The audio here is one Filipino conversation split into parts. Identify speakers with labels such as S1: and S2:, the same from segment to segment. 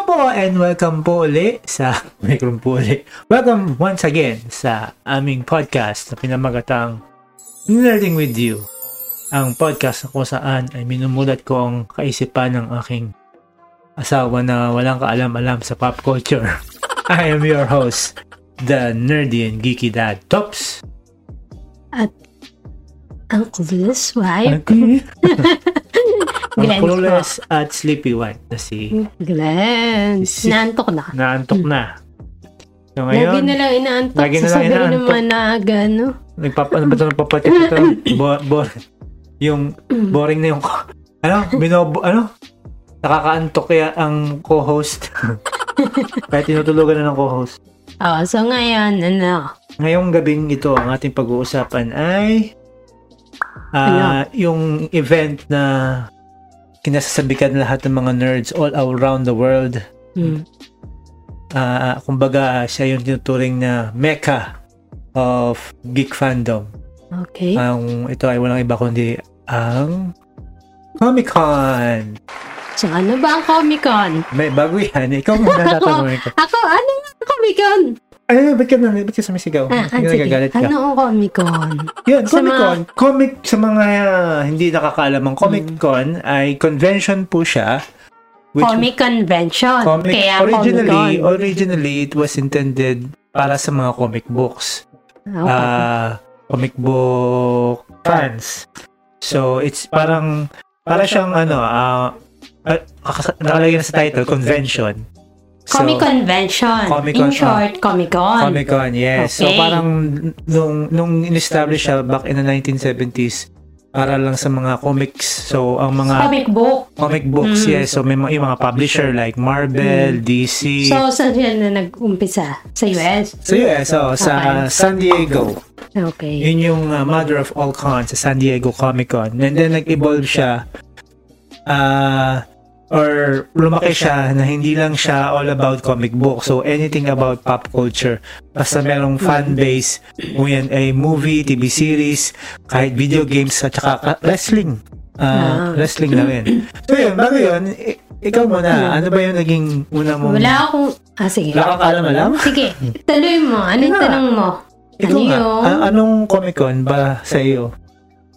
S1: po and welcome po uli sa Micron po uli. Welcome once again sa aming podcast na pinamagatang Nerding With You. Ang podcast na kung saan ay minumulat ko ang kaisipan ng aking asawa na walang kaalam-alam sa pop culture. I am your host, the nerdy and geeky dad, Tops.
S2: Ang clueless
S1: Ang
S2: wife. Glenn
S1: clueless at sleepy one na si
S2: Glenn.
S1: Si-
S2: Naantok na.
S1: naantok na. So
S2: Lagi na
S1: ngayon,
S2: lang inaantok.
S1: Lagi na lang
S2: Sasabihin
S1: inaantok.
S2: naman na aga, no?
S1: nagpapa, ano ba ito nagpapatik ito? Bo- bo- yung boring na yung ano, binobo, ano? Nakakaantok kaya ang co-host. Kaya tinutulugan na ng co-host.
S2: Oh, so ngayon, ano?
S1: Ngayong gabing ito, ang ating pag-uusapan ay ah, yung event na kinasasabikan lahat ng mga nerds all around the world.
S2: Hmm.
S1: Ah, kumbaga, siya yung tinuturing na mecca of geek fandom. Eh?
S2: Okay.
S1: Ang ito ay walang iba kundi ang Comic-Con.
S2: So ano ba ang Comic-Con?
S1: May bago yan. Ikaw muna tatanungin ko.
S2: Ako, ano nga ang Comic-Con?
S1: Ay, ba't ka, na, ba't ka sumisigaw? Ba't
S2: Ah, ah,
S1: ka
S2: sige.
S1: nagagalit ka?
S2: Ano ang Comic-Con?
S1: Yun,
S2: Sa
S1: Comic Con. Comic sa mga ah, hindi nakakaalam, ang Comic Con
S2: Hmm.
S1: ay convention po siya. which-
S2: Comic Convention.
S1: comic-
S2: Kaya
S1: originally,
S2: Comic-Con.
S1: originally it was intended para sa mga comic books.
S2: Okay.
S1: ah comic book fans. So it's parang para siyang ano, ah ah, kakas- nakalagay na sa title convention. So,
S2: comic Convention.
S1: Comic-Con,
S2: In short, Comic-Con.
S1: Comic Con, yes. So
S2: Okay.
S1: parang nung nung in-establish siya back in the 1970s para lang sa mga comics. So ang mga
S2: Comic book.
S1: comic books,
S2: Mm.
S1: yes. So may mga, yung mga publisher like Marvel, DC.
S2: So, saan yan na nag-umpisa? Sa US?
S1: sa US, oh, sa San Diego.
S2: Okay.
S1: Yun yung uh, mother of all cons sa San Diego Comic Con. And then nag-evolve siya ah or lumaki siya na hindi lang siya all about comic book. So anything about pop culture. Basta merong fan base. Kung yan ay movie, TV series, kahit video games at saka ka- wrestling. Ah,
S2: Ah.
S1: Wrestling na rin. So yun, bago yun, i- ikaw muna, ano ba yung naging una mong...
S2: Wala akong... Ah, sige.
S1: Wala kang alam-alam?
S2: Sige. Tuloy mo. Ano yung
S1: Wala.
S2: tanong mo?
S1: Ikaw
S2: Ano
S1: nga,
S2: yung-
S1: a- anong Comic Con ba sa iyo?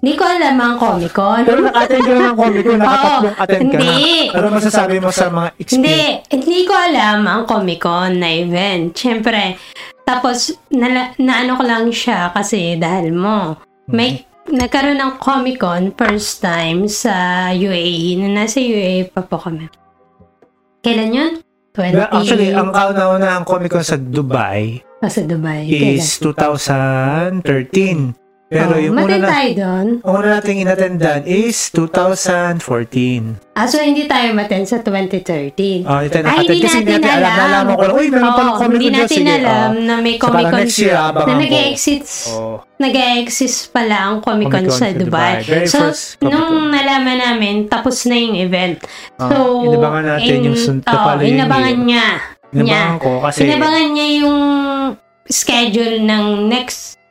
S2: Hindi ko alam ang Comic-Con.
S1: Pero naka-attend ka na ng Comic Con, nakatatlong
S2: Oo,
S1: attend ka na.
S2: hindi.
S1: Ano masasabi mo sa mga
S2: Hindi,
S1: experience?
S2: hindi ko alam ang Comic-Con na event. Siyempre, tapos nala, naano ko lang siya kasi dahil mo.
S1: Hmm.
S2: May nagkaroon ng Comic-Con first time sa UAE. Nung nasa UAE pa po kami. Kailan yun? 20...
S1: Well, Actually, ang kauna-una ang Comic Con sa Dubai
S2: Ah, sa Dubai.
S1: is 2013. Pero
S2: Oh,
S1: yung una,
S2: matay
S1: na,
S2: tayo doon.
S1: ang una nating inattendan is 2014.
S2: Ah, so hindi tayo maten sa 2013.
S1: Oh, ito na
S2: Ay, hindi natin alam.
S1: alam. Nalaman ko lang, uy, meron
S2: Oo,
S1: palang Comic Con
S2: hindi
S1: dyan.
S2: natin
S1: Sige,
S2: alam
S1: oh.
S2: na may
S1: So, parang
S2: Comic Con
S1: next year, abangan
S2: na
S1: ko.
S2: nag-exit
S1: Oh.
S2: nag-exist pala ang Comic Con
S1: Comic-Con
S2: sa
S1: sa
S2: Dubai.
S1: Dubai. Very
S2: So,
S1: first Comic-Con.
S2: nung nalaman namin, tapos na yung event.
S1: Ah,
S2: So,
S1: inabangan natin yung sun-
S2: oo,
S1: pala yung-
S2: inabangan niya. niya.
S1: Inabangan ko kasi
S2: Inabangan niya yung schedule ng next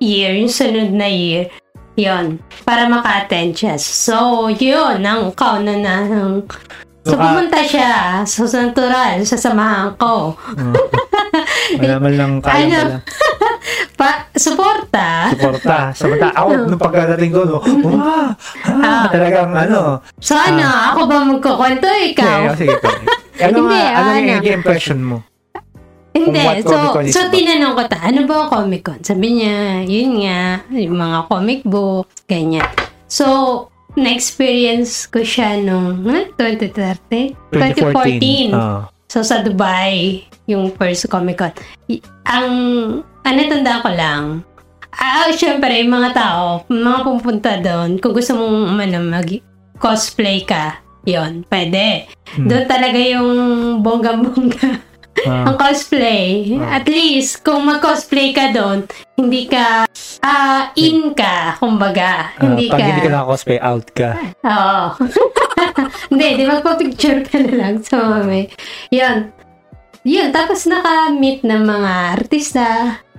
S2: year, yung sunod na year. Yon, para maka-attend siya. So, yun, ang kauna na ng... So,
S1: Naka-
S2: pumunta siya. So, natural, sasamahan ko.
S1: wala man lang kaya
S2: Ano?
S1: pala.
S2: Pa,
S1: Ah,
S2: suporta.
S1: Suporta. Samanta, ako,
S2: Ano?
S1: nung pagdadating ko, no, wow, ah, talagang ano,
S2: So, ano, ako ba magkukwento? Ikaw?
S1: Okay, sige, sige. Ano
S2: Hindi,
S1: nga, ano yung
S2: ano.
S1: naging impression mo?
S2: Hindi.
S1: Kung what
S2: So,
S1: Comic-Con is
S2: so
S1: about.
S2: tinanong ko ta, ano ba ang Comic-Con? Sabi niya, yun nga, yung mga comic book, ganyan. So, na-experience ko siya nung ano, huh, 2013? 2014.
S1: Ah.
S2: So, sa Dubai, yung first Comic-Con. Y- Ang, ang natanda ko lang, ah, oh, syempre, yung mga tao, mga pupunta doon, kung gusto mong umano, mag-cosplay ka, yon pwede.
S1: Hmm.
S2: Doon talaga yung bongga-bongga
S1: Ah.
S2: ang cosplay. At least, kung mag-cosplay ka doon, hindi ka, ah, in ka, kumbaga.
S1: Ah,
S2: hindi
S1: pag
S2: ka.
S1: hindi ka naka-cosplay, out ka.
S2: Oo. hindi, di magpa-picture ka na lang sa mami. Yun. Yun, tapos naka-meet ng mga artista.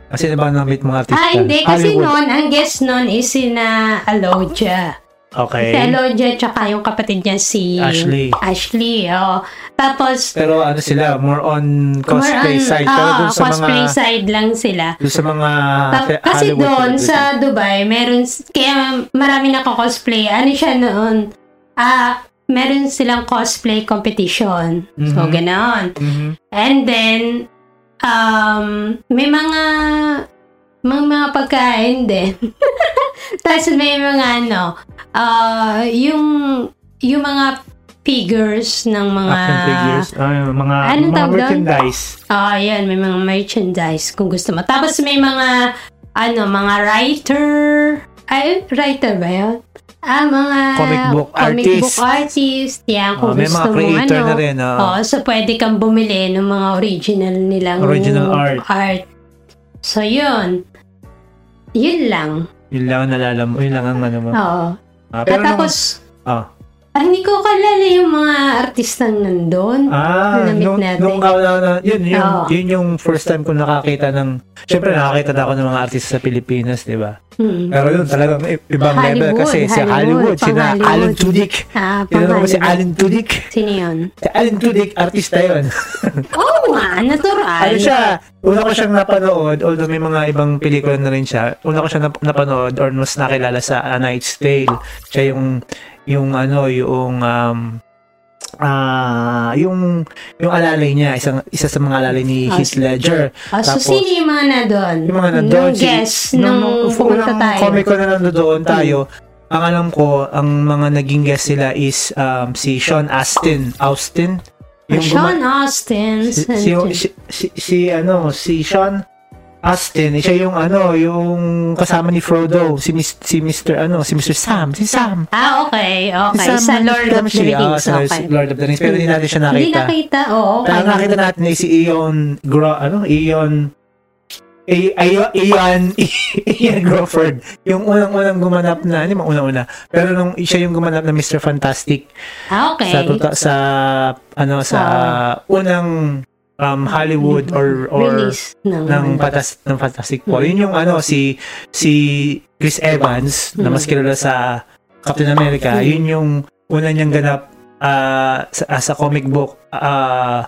S1: Kasi na ba na-meet mga artista?
S2: Ah, hindi. Kasi
S1: Hollywood.
S2: noon, ang guest noon is sina Aloja. Si
S1: Okay.
S2: Elodia, tsaka yung kapatid niya si...
S1: Ashley.
S2: Ashley, oo. Tapos,
S1: Pero ano sila, more on cosplay
S2: more on-
S1: side. Pero
S2: oo,
S1: dun sa mga,
S2: cosplay side lang sila.
S1: dun sa mga
S2: Ta-
S1: fe-
S2: kasi
S1: Ah, Hollywood
S2: doon
S1: celebrities.
S2: sa Dubai, meron, s- kaya marami nako-cosplay. Ano siya noon? Ah, meron silang cosplay competition.
S1: Mhm.
S2: So, ganoon.
S1: Mhm.
S2: And then, um, may mga, mga, mga pagkain din. Tapos may mga ano, ah, yung, yung mga figures ng mga,
S1: Action figures, ah, yung mga,
S2: Anong
S1: mga
S2: tawag doon?
S1: merchandise.
S2: ah, yan, may mga merchandise kung gusto mo. Tapos may mga, ano, mga writer, ay, writer ba yun? Ah, mga
S1: Comic book
S2: comic book
S1: artist.
S2: artist.
S1: Ah,
S2: Yan, kung
S1: may mga
S2: gusto mo,
S1: creator
S2: ano.
S1: na rin. ah.
S2: Oo, so pwede kang bumili ng mga original nilang
S1: Original art.
S2: art. So, yun. Yun lang.
S1: Yun lang ang nalala mo. Yun lang ang ano mo.
S2: Oo.
S1: Ah,
S2: At
S1: pero nung-
S2: tapos,
S1: ah.
S2: parang hindi ko kalala yung mga artistang nandun.
S1: Ah,
S2: Nunamit
S1: nung,
S2: natin.
S1: nung kauna na, yun, yun,
S2: Oo.
S1: yun yung first time ko nakakita ng, syempre nakakita na ako ng mga artista sa Pilipinas, di ba?
S2: Hmm.
S1: Pero yun talagang i- ibang level
S2: Hollywood,
S1: kasi si
S2: Hollywood,
S1: Hollywood, si na
S2: pang-Hollywood.
S1: Alan Tudyk.
S2: Ah,
S1: Yun naman si
S2: pangalan.
S1: Alan Tudyk.
S2: Sino yun?
S1: Si Alan Tudyk, artista yun.
S2: Oo nga, natural.
S1: ano siya, una ko siyang napanood, although may mga ibang pelikula na rin siya, una ko siyang nap- napanood or mas nakilala sa A Knight's Tale. Siya yung, yung ano, yung, um, ah yung yung alalay niya isang isa sa mga alalay ni
S2: Ah,
S1: Heath Ledger
S2: Ah, so,
S1: Tapos-
S2: sino yung mga nandun?
S1: yung mga nandun
S2: Nung
S1: si-
S2: guest, nung, pumunta
S1: unang
S2: tayo. Hmm.
S1: comic ko na nandoon tayo ang alam ko ang mga naging guest sila is um, si Sean Astin Austin
S2: Ah,
S1: guma-
S2: Sean Austin.
S1: si, si, si, si, si ano, si Sean Astin, siya yung ano, yung kasama ni Frodo, si Mis- si Mr. ano, si Mr. Sam, si Sam.
S2: Ah, okay.
S1: Si
S2: Okay.
S1: Sam
S2: Sa Lord of the
S1: Ramsey, ah,
S2: Rings.
S1: sa
S2: Okay.
S1: Lord of the Rings, pero hindi natin siya
S2: Hindi
S1: nakita.
S2: nakita. Oo, okay.
S1: Pero nakita natin eh, si Ion Gro, ano, Ion I- Ayo- Ian Ian Crawford yung unang-unang gumanap na hindi man unang-una pero nung siya yung gumanap na Mr. Fantastic
S2: Ah, okay.
S1: sa tuta- sa ano sa unang um, Hollywood or or
S2: Release ng,
S1: ng patas ng Fantastic Four. Yun yung ano si si Chris Evans na mas kilala sa Captain America.
S2: Mm.
S1: Yun yung una niyang ganap ah, sa, ah, sa comic book ah,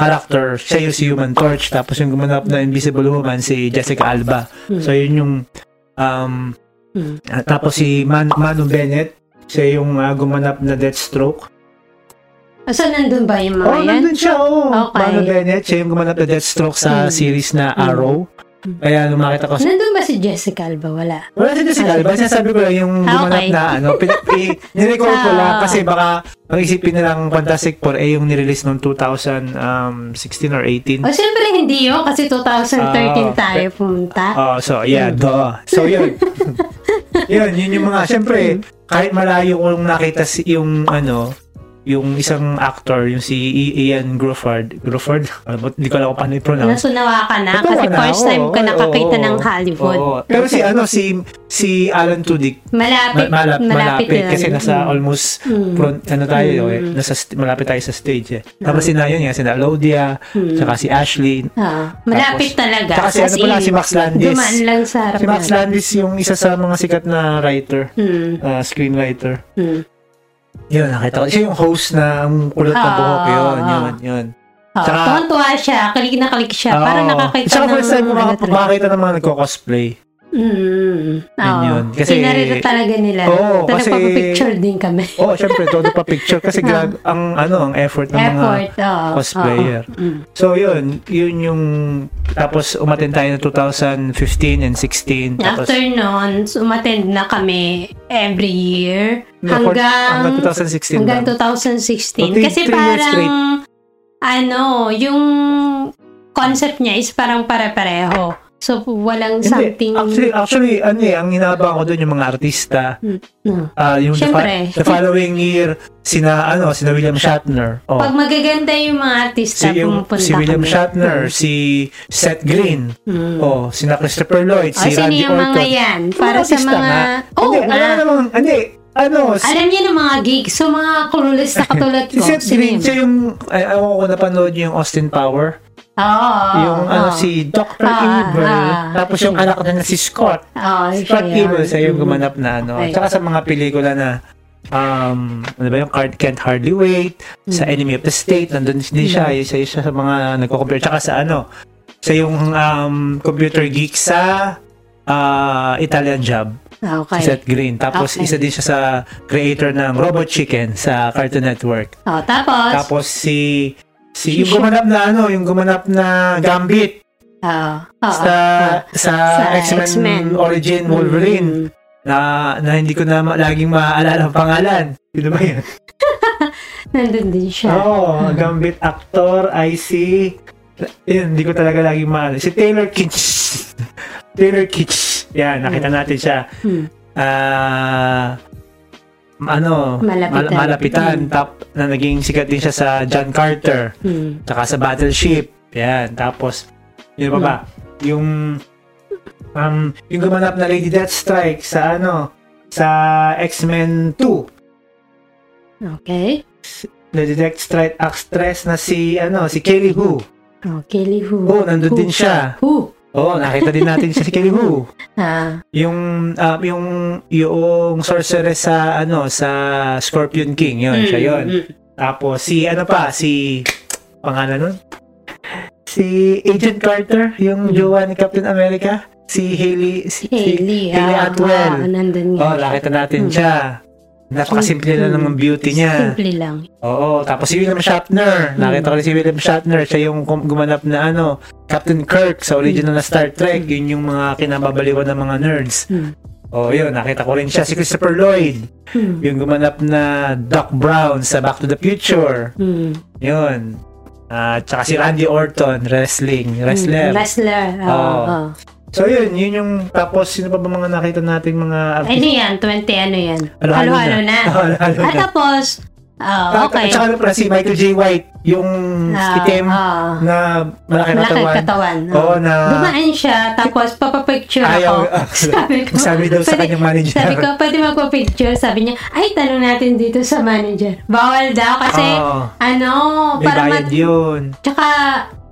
S1: character. Siya yung si Human Torch tapos yung gumanap na Invisible Woman si Jessica Alba.
S2: Mm.
S1: So yun yung um,
S2: Mm.
S1: ah, tapos si Man, Manu Bennett siya yung ah, gumanap na Deathstroke.
S2: Ah, so, nandun ba yung mga
S1: Oh,
S2: yan?
S1: nandun siya, oo.
S2: Okay.
S1: Manu Bennett, siya yung gumanap na Deathstroke sa
S2: Mm.
S1: series na
S2: Mm.
S1: Arrow.
S2: Mm.
S1: Kaya lumakit ako sa...
S2: Nandun ba si Jessica Alba? Wala.
S1: Wala si Jessica Alba, sinasabi ko lang yung
S2: Ah,
S1: gumanap
S2: okay. Ah.
S1: na ano, pin- pi- nirecall ko lang kasi baka ang isipin nilang Fantastic Four ay yung nirelease noong 2016 or 18.
S2: O, syempre Oh, hindi yun kasi 2013
S1: Ah,
S2: tayo pumunta.
S1: Oh, so yeah, do. So yun. yun, yun yung mga, syempre,
S2: Mm-hmm.
S1: kahit malayo kung nakita si, yung ano, yung isang actor, yung si I- Ian Gruford, Gruford, Alam mo, hindi ko alam kung paano i-pronounce.
S2: Nasunawa ka na
S1: Natawa
S2: kasi
S1: na,
S2: first
S1: oo,
S2: time ko
S1: oo,
S2: nakakita
S1: oo,
S2: ng
S1: oo.
S2: Hollywood.
S1: Oo. Pero si ano, si si Alan Tudyk, ma-
S2: Malapit,
S1: malap- malapit,
S2: malapit, na
S1: kasi
S2: yun.
S1: nasa almost
S2: Mm.
S1: front, ano tayo,
S2: Mm.
S1: eh, nasa, st- malapit tayo sa stage eh. Tapos si Nayon nga, si Nalodia,
S2: Mm.
S1: saka si Ashley,
S2: Ah, malapit talaga.
S1: saka si ano pala, si Max Landis.
S2: Dumaan lang sa harap
S1: si Max
S2: natin.
S1: Landis yung isa sa mga sikat na writer,
S2: Mm,
S1: ah, screenwriter.
S2: mm.
S1: Yun, nakita ko. Siya yung host na ang kulot na
S2: Ah.
S1: buhok. Yun, yun, yun.
S2: Oh,
S1: Saka-
S2: tuwa siya. Kalik na kalik siya.
S1: Oo.
S2: Parang nakakita
S1: Saka
S2: ng...
S1: first time ko
S2: ano
S1: maka-
S2: talaga.
S1: makakita ng mga nagko-cosplay.
S2: Mm.
S1: Yun
S2: Oo.
S1: yun. Kasi-
S2: Sinarito talaga nila.
S1: Oo,
S2: Talagang
S1: kasi-
S2: papapicture din kami.
S1: Oo, oh, syempre, todo pa picture. Kasi grab, ang, ano, ang effort ng mga
S2: Ah. Effort. Oo.
S1: cosplayer.
S2: Oo. Mm.
S1: So yun, yun yung tapos umaten tayo ng 2015 and 16 tapos
S2: After nun, umattend na kami every year.
S1: No, for- hanggang
S2: Hanggang...
S1: 2016. lang.
S2: Hanggang 2016.
S1: Three-
S2: Kasi
S1: three years straight.
S2: parang... Ano, yung concept niya is parang pare-pareho. So, walang something...
S1: Actually, actually, ano eh, ang hinabang ko doon yung mga artista.
S2: Mm.
S1: Ah, yung the, fa-
S2: Siyempre.
S1: the following year, sina, ano, sina William Shatner. Oh.
S2: Pag magaganda yung mga artista,
S1: si, yung-
S2: pumupunta
S1: si William
S2: kami.
S1: Shatner, si Seth Green,
S2: Mm.
S1: oh, sina Christopher Lloyd, si
S2: O, Ah, Oh, sino
S1: Randy
S2: yung mga
S1: Orton.
S2: yan? Oh, ah. Para sa
S1: artista
S2: mga...
S1: nga.
S2: Oo
S1: hindi, alam
S2: nga.
S1: naman, hindi, ano, si,
S2: Alam niya ng mga gigs. So, mga clueless na katulad
S1: si
S2: ko.
S1: Seth
S2: sino
S1: Green, eh,
S2: yun?
S1: siya yung, ay, ako ko napanood niyo yung Austin Power.
S2: Oo.
S1: yung ano si Dr.
S2: Ah,
S1: Evil,
S2: ah.
S1: tapos yung anak na na si Scott.
S2: Oo, siya
S1: Scott
S2: yun.
S1: Evil siya yung gumanap na ano.
S2: Okay.
S1: Tsaka sa mga pelikula na um, ano ba yung Card Can't Hardly Wait, sa
S2: Hmm.
S1: Enemy of the State, nandun din siya, isa siya sa mga nagko-compare. Tsaka sa ano, sa yung um, computer geek sa ah, Italian Job, si
S2: Okay.
S1: Seth Green. Tapos
S2: Okay.
S1: isa din siya sa creator ng Robot Chicken sa Cartoon Network.
S2: Oh, tapos,
S1: Tapos si si
S2: Si
S1: yung gumanap na ano, yung gumanap na Gambit
S2: Oo. Oo.
S1: sa sa,
S2: Ah, Sa
S1: X-Men,
S2: X-Men.
S1: Origin Wolverine
S2: Mm.
S1: na, na hindi ko na ma- laging maaalala ang pangalan. Sino ba yun?
S2: Nandun din siya.
S1: Oo, oh, Gambit actor, I see. Yun, hindi ko talaga laging maaalala. Si Taylor Kitsch. Taylor Kitsch. Yan, nakita natin siya.
S2: Hmm.
S1: Ah... ano,
S2: Malapitan.
S1: mal- malapitan. Tap, na naging sikat din siya sa John Carter.
S2: Hmm.
S1: Tsaka sa Battleship. Yan. Tapos, yun pa ba? Yung, um, yung gumanap na Lady Deathstrike sa ano, sa X-Men 2.
S2: Okay.
S1: Lady Deathstrike actress na si, ano, si Kelly Hu.
S2: Okay, Lee Who.
S1: Oo, Oh, nandun
S2: Who?
S1: din siya.
S2: Who?
S1: Oo, nakita din natin siya si Kelly Hu.
S2: Ah,
S1: Yung, um, yung, yung sorceress sa, ano, sa Scorpion King. Yun, siya yun.
S2: mm,
S1: Tapos, si, ano pa, si, pangalan nun? Si Agent Carter, yung
S2: Hmm.
S1: jowa ni Captain America. Si Haley, si,
S2: mm. Hailey.
S1: si Hailey
S2: ah,
S1: Atwell.
S2: ah, nandun nga.
S1: Oh, nakita natin
S2: Hmm.
S1: siya. Napakasimple lang ng beauty niya.
S2: Simple lang.
S1: Oo, tapos si William Shatner. Nakita ko rin si William Shatner. Siya yung kum- gumanap na ano, Captain Kirk sa original na Star Trek. Yun yung mga kinababaliwan ng mga nerds.
S2: Hmm.
S1: Oo, yun. Nakita ko rin siya. Si Christopher Lloyd.
S2: Hmm.
S1: Yung gumanap na Doc Brown sa Back to the Future.
S2: Hmm.
S1: Yun. At tsaka si Randy Orton, wrestling, wrestler. Oh.
S2: Hmm. Wrestler. Oh, Oo.
S1: Oo.
S2: oo.
S1: So yun, yun yung tapos sino pa ba mga nakita nating mga
S2: Ano yan? 20 ano yan?
S1: Halo-halo
S2: Halo-halo na.
S1: Halo-halo
S2: At
S1: na.
S2: tapos, ah,
S1: At-
S2: okay.
S1: At tsaka ano pala si Michael J. White, yung
S2: Ah,
S1: itim Oh,
S2: ah.
S1: na malaki na
S2: Malaki
S1: tawan.
S2: katawan.
S1: Oo, na
S2: Dumaan siya, tapos papapicture
S1: ayaw.
S2: ako. Sabi ko,
S1: sabi daw sa
S2: pwede-
S1: kanyang manager.
S2: Sabi ko, pwede magpa-picture. Sabi niya, ay, tanong natin dito sa manager. Bawal daw kasi,
S1: Oo.
S2: ano,
S1: may
S2: para
S1: bayad
S2: mat...
S1: yun.
S2: Tsaka,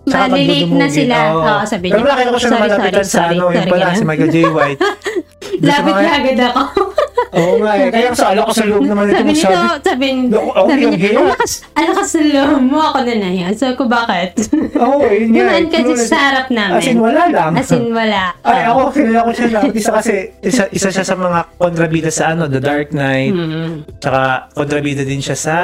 S1: Tsaka
S2: malilate
S1: pagdudumugi,
S2: na sila.
S1: oo.
S2: Oo, sabi
S1: Pero
S2: niya.
S1: nakita ko siya
S2: sorry,
S1: lumalapitan
S2: sorry,
S1: sa
S2: sorry,
S1: ano, yung
S2: sorry,
S1: pala,
S2: ganun.
S1: si Michael J. White. Doon sa
S2: Lapit
S1: mga-
S2: na agad ako.
S1: Oo nga eh. Kaya sa alak ko sa loob naman ito
S2: sabi nito,
S1: magsabi.
S2: sabi,
S1: Naku, ako
S2: sabi
S1: yung
S2: niya,
S1: hiya.
S2: ang lakas, ang lakas ng loob mo. Ako na na yan. Sabi ko, bakit?
S1: Oo, eh, yun nga.
S2: "Oh, Dumaan kasi
S1: True.
S2: sa harap namin.
S1: As in, wala lang.
S2: As in, wala.
S1: Ay, ako, kilala ko siya lang. Isa kasi, isa, isa siya sa mga kontrabida sa ano, The Dark Knight.
S2: Mm.
S1: Tsaka, kontrabida din siya sa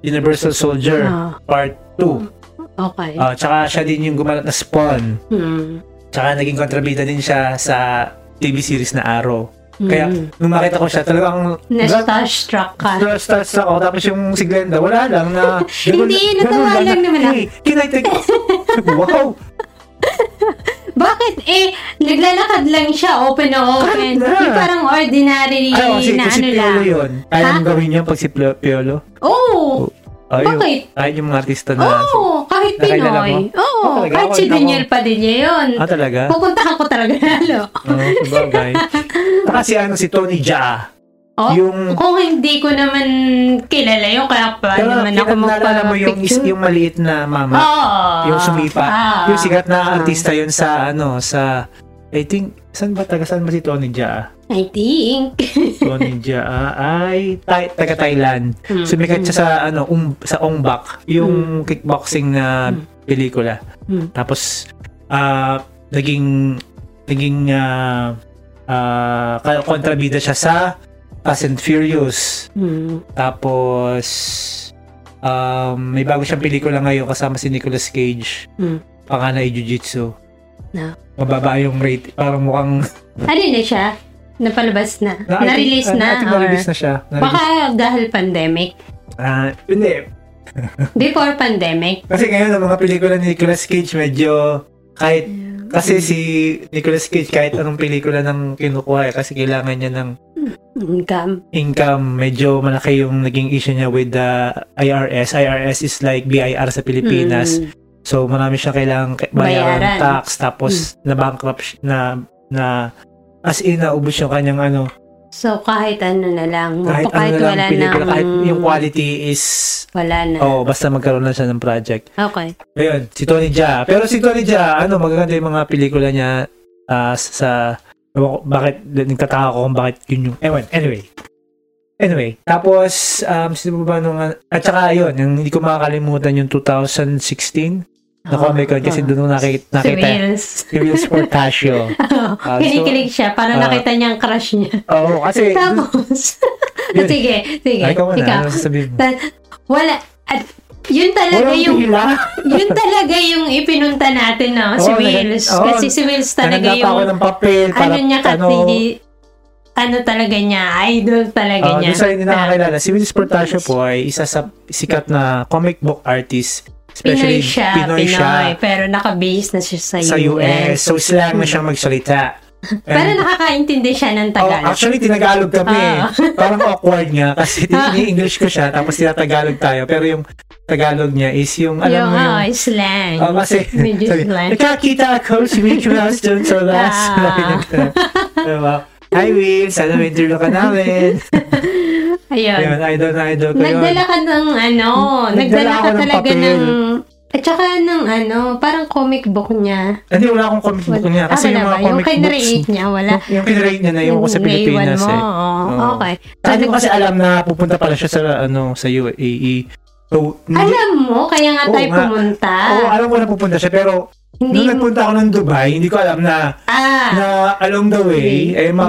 S1: Universal Soldier
S2: Ah.
S1: Part 2.
S2: Okay.
S1: Ah, tsaka, siya din yung gumanap na Spawn.
S2: Mm.
S1: Tsaka, naging kontrabida din siya sa TV series na Arrow. Kaya,
S2: Mm.
S1: nung makita ko siya, talagang...
S2: Na-starstruck ka.
S1: First starts ako, tapos yung si Glenda, wala lang na... ganun-
S2: Hindi, natawa
S1: ganun
S2: lang
S1: na,
S2: naman
S1: Hey, can I take... wow!
S2: Bakit? Eh, naglalakad lang siya, open na
S1: Kahit
S2: open.
S1: na.
S2: Yung parang
S1: Ay,
S2: ordinary
S1: kasi,
S2: na
S1: kasi
S2: ano lang.
S1: Piolo yun. Kaya
S2: Ha?
S1: nang gawin niya pag si Plo- Piolo.
S2: Oh!
S1: Ay,
S2: Bakit?
S1: Ay, yung mga artista na...
S2: Oh! Kahit
S1: Nakilala
S2: Pinoy.
S1: mo?
S2: Oo,
S1: Oh, talaga?
S2: kahit si
S1: Ako-
S2: Daniel Padilla yun.
S1: Ah, talaga?
S2: Pupuntahan ko talaga lalo.
S1: Oo, sabagay. Saka si ano, si Tony Jaa.
S2: Oh,
S1: Yung-
S2: kung hindi ko naman kilala yun, kaya pa
S1: Pero
S2: naman ako
S1: kinalala mo yung, is,
S2: magpa-picture.
S1: yung maliit na mama,
S2: Oo.
S1: yung sumipa.
S2: Ah.
S1: yung sikat na
S2: Ah.
S1: artista yun sa ano, sa... I think, saan ba taga saan ba si Tony Jaa?
S2: I think.
S1: Tony Jaa ay Thai- taga Thailand.
S2: Hmm.
S1: Sumikat siya sa ano, um, sa Ong Bak, yung kickboxing na pelikula.
S2: Hmm.
S1: Tapos ah naging naging ah ah, ka- kontrabida siya sa Fast and Furious.
S2: Hmm.
S1: Tapos um, may bago siyang pelikula ngayon kasama si Nicolas Cage.
S2: Hmm.
S1: Pangalan ay Jiu-Jitsu.
S2: Na.
S1: Mababa yung rate. Parang mukhang...
S2: Ano na siya? Napalabas na? Na-release na?
S1: I think
S2: or-
S1: na-release na siya. Na-release.
S2: Baka dahil pandemic.
S1: Ah, hindi.
S2: Before pandemic.
S1: Kasi ngayon, ang mga pelikula ni Nicolas Cage medyo kahit kasi si Nicolas Cage kahit anong pelikula nang kinukuha eh, kasi kailangan niya ng
S2: Income.
S1: income medyo malaki yung naging issue niya with the IRS. IRS is like BIR sa Pilipinas.
S2: Mm.
S1: So marami siya kailangan k- bayaran ng
S2: Bayaran. Mm.
S1: tax tapos na bankrupt na na as in naubos yung kanyang ano
S2: So, kahit ano na lang.
S1: Kahit
S2: Kahit, kahit
S1: ano na lang
S2: wala
S1: pelikula,
S2: nang-
S1: kahit yung quality is,
S2: Wala na.
S1: oh, basta magkaroon lang siya ng project.
S2: Okay.
S1: Ayun, si Tony Jaa. Pero si Tony Jaa, ano, magaganda yung mga pelikula niya ah, sa... ewan ko, Bakit, nagtataka ko kung bakit yun yung... Ewan, anyway. Anyway, tapos, um, sino ba ba nung... At saka yun, yung hindi ko makakalimutan yung 2016 na Comic Con kasi doon nung nakita,
S2: Ah, Si
S1: nakita
S2: Mills.
S1: si Wills Portacio. Ah, so-
S2: Kinikilig siya. Parang
S1: Ah.
S2: nakita niya ang crush niya.
S1: Oo, kasi...
S2: Tapos,
S1: Yun.
S2: sige, sige.
S1: Ay, ikaw muna,
S2: Ikaw.
S1: ano sasabihin mo?
S2: Ta- wala. At, yun talaga
S1: Walang
S2: yung
S1: pila.
S2: yun talaga yung ipinunta natin no, si
S1: Oo,
S2: Wills.
S1: nagan- oo,
S2: kasi si Wills talaga
S1: Nanganap ako
S2: yung
S1: ng papel para...
S2: ano niya kasi ano talaga niya, idol talaga
S1: Ah,
S2: niya.
S1: doon sa hindi nakakilala, si Vince Portacio po ay isa sa sikat na comic book artist. Especially
S2: Pinoy siya, Pinoy, pero naka-base na siya sa, Mm-hmm.
S1: sa US. So slang na siya magsalita.
S2: Pero
S1: And-
S2: nakakaintindi siya
S1: Oh,
S2: ng Tagalog.
S1: actually, tinagalog kami. eh.
S2: Ah.
S1: Parang awkward nga kasi
S2: Ah.
S1: ini-English ko siya tapos tinatagalog tayo. Pero yung Tagalog niya is yung, alam
S2: yung,
S1: mo yung...
S2: oh, slang.
S1: Oh, kasi,
S2: Medyo
S1: sabi,
S2: slang.
S1: nakakita ako si Mickey Mouse dun sa last.
S2: Ah.
S1: diba? Hi, Will. Sana may interview ka namin.
S2: Ayun.
S1: Ayun, idol na idol ko yun.
S2: Nagdala ka ng ano,
S1: Nagdala
S2: nagdala
S1: ako
S2: ka
S1: ng
S2: talaga
S1: papel.
S2: ng, at saka ng ano, parang comic book niya.
S1: Hindi, wala akong comic book niya. Kasi
S2: Ah,
S1: yung
S2: wala
S1: mga
S2: ba?
S1: comic
S2: yung
S1: books,
S2: kinreate niya, wala.
S1: yung, yung kinrate niya na yung sa Pilipinas eh.
S2: Naiwan mo, oo.
S1: Oo.
S2: Okay. So,
S1: Hindi ko
S2: nag-
S1: kasi alam na pupunta pala siya sa, ano, sa UAE. So, hindi,
S2: alam mo, kaya nga
S1: Oo
S2: tayo
S1: nga.
S2: pumunta.
S1: Oo, alam ko na pupunta siya, pero
S2: ah. Hindi
S1: nung
S2: mo,
S1: nagpunta ako ng Dubai, hindi ko alam na,
S2: ah,
S1: na along the way, eh, ma-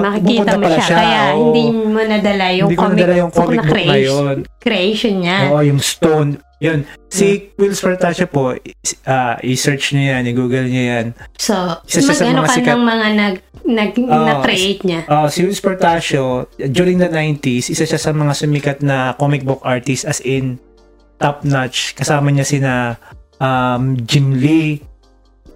S1: pupunta
S2: makikita mo
S1: pala
S2: siya.
S1: siya.
S2: Kaya
S1: oo.
S2: hindi mo nadala yung
S1: Hindi ko
S2: comic,
S1: nadala yung comic book na
S2: creation, Ah.
S1: yun.
S2: creation niya.
S1: Oo, yung stone. Yun.
S2: Hmm.
S1: Si Will Spartacia po, is- ah, i-search niya yan, i-google niya yan.
S2: So,
S1: Isa siya sa
S2: mag-ano
S1: mga
S2: ka
S1: sikat.
S2: ng mga nag, nag,
S1: Oo.
S2: na-create niya.
S1: Uh, si Luis Portacio, during the 90s, isa siya sa mga sumikat na comic book artist as in top-notch. Kasama niya sina um, Jim Lee,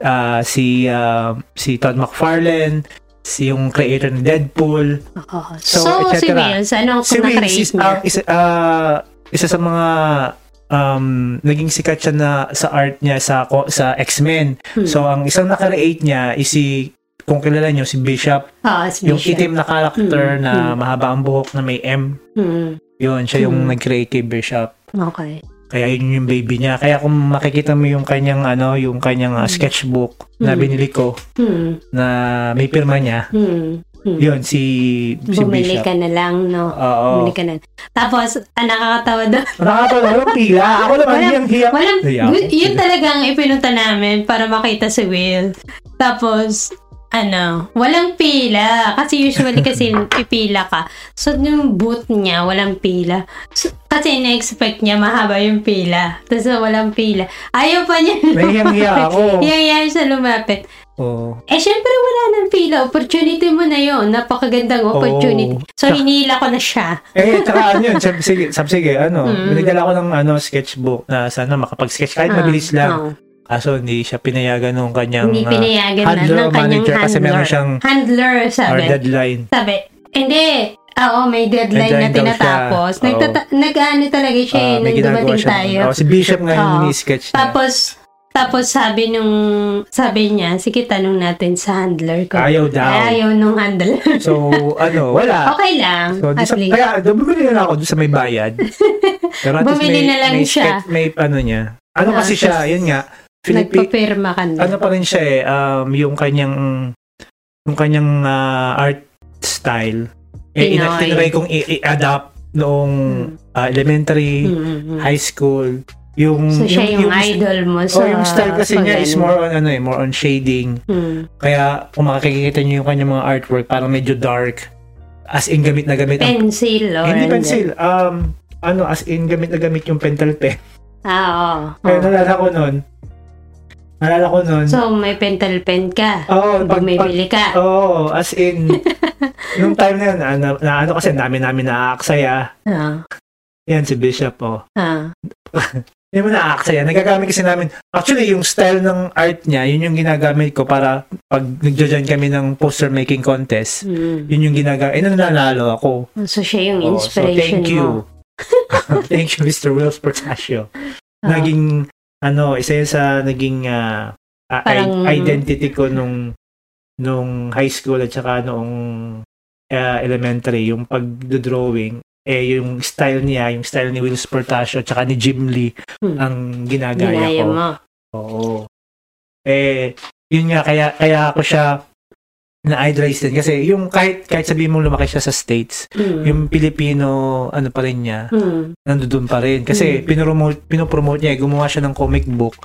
S1: ah, si, ah, si Todd McFarlane, si yung creator ng Deadpool.
S2: Oo. So,
S1: So, et
S2: si
S1: cetera.
S2: Wills, ano ang
S1: Si Wings
S2: na-create
S1: is
S2: niya?
S1: ang isa, ah, isa sa mga um, naging sikat siya na sa art niya sa ko- sa X-Men.
S2: Hmm.
S1: So ang isang nakareate niya is si kung kilala niyo si Bishop
S2: Oo, Ah, si
S1: yung
S2: Bishop.
S1: itim na character
S2: Mm,
S1: na
S2: mm.
S1: mahaba ang buhok na may M,
S2: Hmm.
S1: yun, siya yung
S2: Mm.
S1: nag-create kay Bishop.
S2: Okay.
S1: Kaya yun yung baby niya. Kaya kung makikita mo yung kanyang ano, yung kanyang
S2: Hmm.
S1: ah, sketchbook na
S2: Mm.
S1: binili ko
S2: Hmm.
S1: na may pirma niya,
S2: Hmm. Hmm.
S1: yun si si Bishop.
S2: Bumili ka na lang, no?
S1: Oo.
S2: Bumili ka na. Tapos, ang nakakatawa doon,
S1: Nakakatawa, walang pila. Ako naman,
S2: Walang-
S1: hiyang hiya.
S2: Walang,
S1: Hiya ako.
S2: yun, yun talaga ang ipinunta namin para makita si Will. Tapos, ano, walang pila. Kasi usually kasi pipila ka. So, yung boot niya, walang pila. So, kasi na-expect niya mahaba yung pila. Tapos walang pila. Ayaw pa niya.
S1: May hiyang hiya ako.
S2: Hiyang-hiyang siya lumapit.
S1: Oo.
S2: Eh, syempre wala nang pila. Opportunity mo na yon Napakagandang opportunity.
S1: Oo.
S2: So, hinila ko na siya.
S1: Eh, tsaka ano yun, sabi, sige, sabi, sige, ano,
S2: Mm.
S1: binigala ko ng ano, sketchbook na sana makapag-sketch kahit mabilis
S2: Ah,
S1: lang.
S2: oo.
S1: Kaso hindi siya pinayagan ng kanyang
S2: Hindi
S1: ah,
S2: pinayagan na
S1: handler
S2: ng
S1: o
S2: kanyang
S1: manager
S2: handler.
S1: kasi meron siyang
S2: handler,
S1: or
S2: sabi.
S1: deadline.
S2: Sabi, hindi. Oo, may deadline
S1: Deadline
S2: na
S1: daw siya.
S2: tinatapos.
S1: Oo.
S2: Nagtata- nag-ano talaga siya,
S1: Ah,
S2: eh, nung dumating
S1: siya.
S2: tayo.
S1: Oh, si Bishop nga yung
S2: Oo.
S1: ni-sketch niya.
S2: Tapos, tapos sabi nung, sabi niya, sige tanong natin sa handler ko.
S1: Ayaw daw.
S2: Ayaw nung handler.
S1: So, ano, wala.
S2: okay lang,
S1: So, di
S2: at
S1: sa,
S2: least.
S1: kaya, do- bumili na ako doon sa may bayad. Pero at least
S2: Bumili
S1: may,
S2: na lang
S1: may
S2: siya.
S1: sketch- may ano niya. Ano
S2: Ah,
S1: kasi siya,
S2: tas-
S1: yun nga, Philippi,
S2: Nagpapirma ka na.
S1: ano pa rin siya eh, um, yung kanyang, yung kanyang ah, art style. Eh, ina-
S2: Pinoy. Hmm.
S1: tinry kong i- i-adapt noong
S2: Mm,
S1: ah, elementary,
S2: Mm-mm-mm.
S1: high school. Mm-hmm. Yung,
S2: mm. Hmm. So, siya yung, idol mo. So,
S1: oh, yung style kasi niya is more on ano eh, more on shading.
S2: Hmm.
S1: Kaya kung makikita niyo yung kanyang mga artwork, parang medyo dark. As in gamit na gamit. ang-
S2: Pencil or
S1: Eh, hindi
S2: ano.
S1: pencil. Um, ano, as in gamit na gamit yung pentel pen.
S2: Ah, oo.
S1: Kaya nalala ko nun. Nalala ko nun.
S2: So, may pentel pen ka.
S1: Oo, pag, pag,
S2: Bumibili ka.
S1: Oo, as in, nung time na yun, ah, na, na- ano kasi, dami namin naaaksaya.
S2: Ah,
S1: Yan, si Bishop, oh.
S2: ah.
S1: Hindi mo naaaksaya. Nagagamit kasi namin. Actually, yung style ng art niya, yun yung ginagamit ko para pag nagjo-join kami ng poster making contest,
S2: Mm.
S1: yun yung ginagamit. Eh, nananalo ako.
S2: So, siya yung
S1: Oo,
S2: inspiration
S1: thank you.
S2: mo.
S1: thank you, Mr. Wills Portacio.
S2: Oo.
S1: Naging, ano, isa yun sa naging ah, ah, i-
S2: Parang-
S1: identity ko nung nung high school at saka noong ah, elementary, yung pag-drawing, eh yung style niya, yung style ni Will Sportasio tsaka ni Jim Lee
S2: Hmm.
S1: ang ginagaya
S2: Ginaya
S1: ko.
S2: mo.
S1: Oo. Eh, yun nga, kaya, kaya ako siya na-idolize din. Kasi yung kahit, kahit sabihin mong lumaki siya sa States,
S2: Mm.
S1: yung Pilipino, ano pa rin niya,
S2: Mm.
S1: nandoon pa rin. Kasi
S2: Mm.
S1: pinopromote, pinopromote niya, eh, gumawa siya ng comic book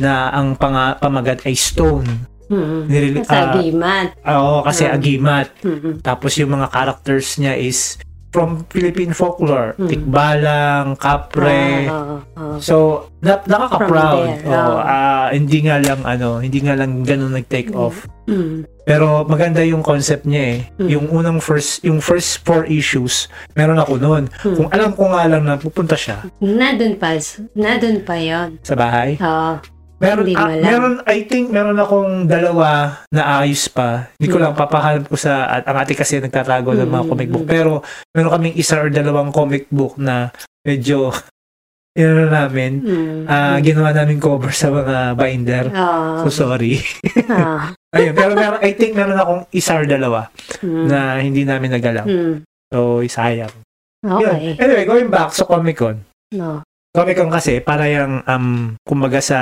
S1: na ang panga, pamagat ay stone.
S2: Mm.
S1: Nirel-
S2: Sa
S1: ah,
S2: gimat.
S1: oo, kasi
S2: Mm.
S1: agimat.
S2: Mm.
S1: Tapos yung mga characters niya is from Philippine folklore.
S2: Mm.
S1: Tikbalang, kapre,
S2: Ah, ah, ah.
S1: So, na,
S2: From
S1: nakaka-proud.
S2: there,
S1: Oo,
S2: oh.
S1: ah, hindi nga lang ano, hindi nga lang ganun nag-take
S2: Mm.
S1: off.
S2: Mm.
S1: Pero maganda yung concept niya eh.
S2: Mm.
S1: Yung unang first, yung first four issues, meron ako noon.
S2: Mm.
S1: Kung alam ko nga lang na pupunta siya
S2: Nandun pa. Nandun pa yon.
S1: sa bahay.
S2: Oo.
S1: Meron,
S2: Hindi mo
S1: ah,
S2: alam.
S1: meron, I think meron akong dalawa na ayos pa. Hindi ko
S2: Mm.
S1: lang papahanap ko sa, at ang ate kasi nagtatago ng mga
S2: Mm,
S1: comic book.
S2: mm.
S1: Pero meron kaming isa or dalawang comic book na medyo, yun na namin,
S2: Mm.
S1: ah, ginawa namin cover sa mga binder.
S2: Oo.
S1: So sorry.
S2: Oo.
S1: Ayun, pero meron, I think meron akong isa or dalawa
S2: Mm.
S1: na hindi namin nagalaw.
S2: Mm.
S1: So, sayang. Yun.
S2: Okay.
S1: Anyway, going back sa Comic-Con.
S2: No.
S1: Comic-Con kasi, para yung, um, kumbaga sa,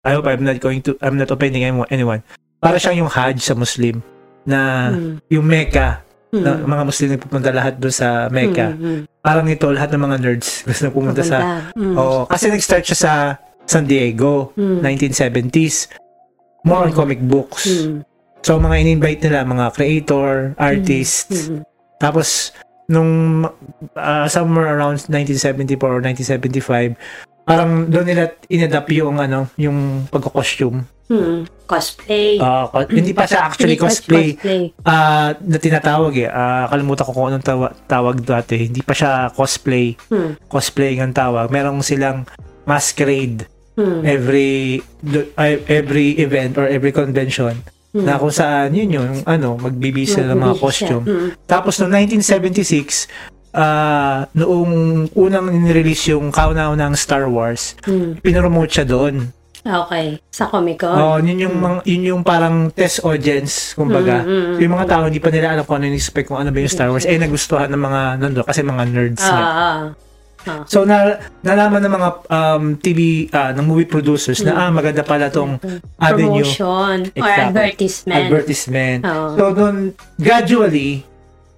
S1: I hope I'm not going to, I'm not offending anyone- anyone. Para siyang yung Hajj sa Muslim na
S2: Mm.
S1: yung Mecca,
S2: Mm.
S1: Ah, na mga Muslim nagpupunta lahat doon sa Mecca.
S2: Mm, mm,
S1: Parang ito, lahat ng mga nerds gusto na pumunta sa, oh,
S2: Papunta. Mm.
S1: oo, kasi nag-start siya sa San Diego,
S2: Mm.
S1: 1970s. More on comic books.
S2: Mm.
S1: So, mga in-invite nila, mga creator, artists.
S2: Mm.
S1: Tapos, nung ah, somewhere around 1974 or 1975, parang doon nila inadapt yung, ano, yung pagko-costume.
S2: Mm. Cosplay.
S1: Ah, co- hindi pa siya actually
S2: Hindi pa
S1: cosplay
S2: cosplay.
S1: ah, na tinatawag eh. Ah, kalimutan ko kung anong tawa- tawag dati. Hindi pa siya cosplay.
S2: Mm.
S1: Cosplay ang tawag. Merong silang masquerade
S2: Mm.
S1: every do- ay- every event or every convention
S2: Mm.
S1: na kung saan yun yun, yung ano, Hmm. magbibisa ng mga
S2: Magbibihis
S1: costume.
S2: siya. Mm.
S1: Tapos noong 1976, ah, noong unang nirelease yung Countdown ng Star Wars,
S2: Mm.
S1: pinromote siya doon.
S2: Okay. Sa Comic Con.
S1: Oh, yun yung mga- yun yung parang test audience, kumbaga.
S2: Mm, mm, mm.
S1: So, yung mga tao hindi pa nila alam kung ano yung expect kung ano ba yung Star Wars. Eh nagustuhan ng mga nando kasi mga nerds
S2: Ah,
S1: nga.
S2: ah.
S1: So na, nalaman ng mga um, TV ah, ng movie producers na ah maganda pala tong avenue
S2: Promotion Ah. or
S1: Exactly.
S2: advertisement. Oh,
S1: advertisement.
S2: Oo.
S1: So doon gradually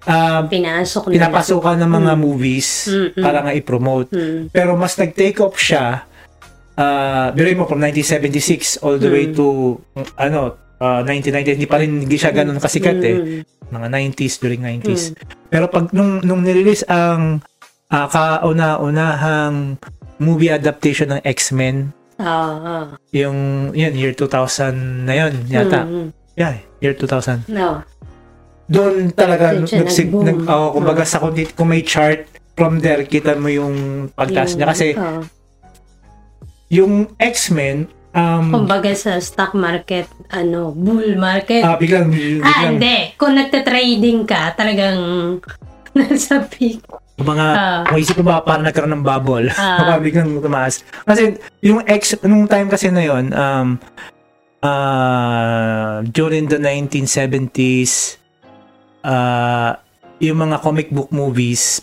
S1: um,
S2: Pinasok nila.
S1: pinapasukan ng mga movies
S2: Mm. Mm-mm.
S1: para nga i-promote.
S2: Mm.
S1: Pero mas nag-take off siya uh, biruin mo from 1976 all the way to mm, ano uh, 1990 hindi pa rin hindi siya ganun kasikat eh
S2: Mm.
S1: mga 90s during 90s. Pero pag nung nung nirelease ang ah, kauna-unahang movie adaptation ng X-Men
S2: Ah, ah.
S1: yung yun year 2000 na yun yata.
S2: Mm,
S1: Yeah, year 2000.
S2: mm. No.
S1: Doon talaga
S2: Doon siya
S1: nagsig
S2: nag-boom.
S1: nag oh, kumbaga sa kung, di- kung may chart from there kita mo yung pagtaas niya
S2: Yung-
S1: kasi
S2: oh.
S1: yung X-Men um
S2: kumbaga sa stock market, ano, bull market.
S1: ah, biglang
S2: ah,
S1: biglang
S2: hindi. Kung nagtatrading ka, talagang nasa peak.
S1: mga
S2: Ah.
S1: kung isip ko ba parang nagkaroon ng bubble
S2: Ah.
S1: baka biglang tumaas kasi yung ex nung time kasi na yon um ah, during the 1970s ah yung mga comic book movies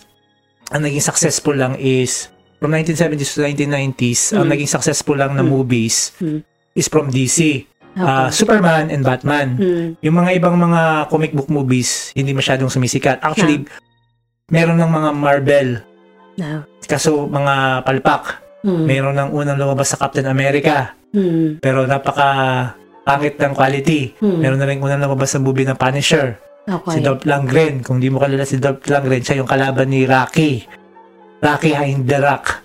S1: ang naging successful lang is from 1970s to 1990s ang
S2: Mm.
S1: naging successful lang na
S2: Mm.
S1: movies
S2: Mm.
S1: is from DC Ah,
S2: Hmm. Okay.
S1: Superman and Batman
S2: Mm.
S1: yung mga ibang mga comic book movies, hindi masyadong sumisikat. Actually, meron ng mga Marvel,
S2: No.
S1: kaso mga palpak.
S2: Mm.
S1: Meron ng unang lumabas sa Captain America,
S2: Mm.
S1: pero napaka pangit ng quality.
S2: Mm.
S1: Meron na rin unang lumabas sa movie ng Punisher, si
S2: Okay.
S1: Dolph Lundgren. Kung di mo kalala si Dolph Lundgren, siya yung kalaban ni Rocky. Rocky Hind the Rock.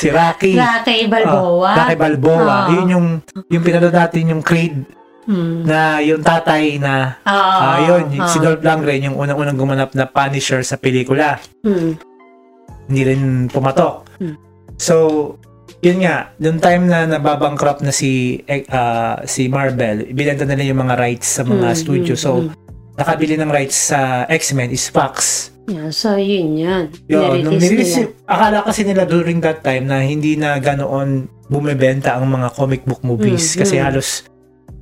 S1: si Rocky.
S2: Rocky Balboa.
S1: Ah, Rocky Balboa.
S2: Ah.
S1: Yun yung, yung pinanood natin yung Creed
S2: Mm.
S1: na yung tatay na
S2: Ah,
S1: Ah, yun.
S2: ah.
S1: Si Dolph Lundgren, yung unang-unang gumanap na Punisher sa pelikula.
S2: Mm.
S1: Hindi rin pumatok.
S2: Hmm.
S1: So, yun nga, yung time na nababankrupt na si eh, ah, si Marvel, binenta nila yung mga rights sa mga
S2: Mm,
S1: studio.
S2: mm,
S1: So, nakabili ng rights sa X-Men is Fox.
S2: Yeah, so, yun yun.
S1: Yun, nung
S2: Nirelease
S1: nirelease,
S2: nila.
S1: akala kasi nila during that time na hindi na ganoon bumebenta ang mga comic book movies
S2: Mm,
S1: kasi
S2: mm.
S1: halos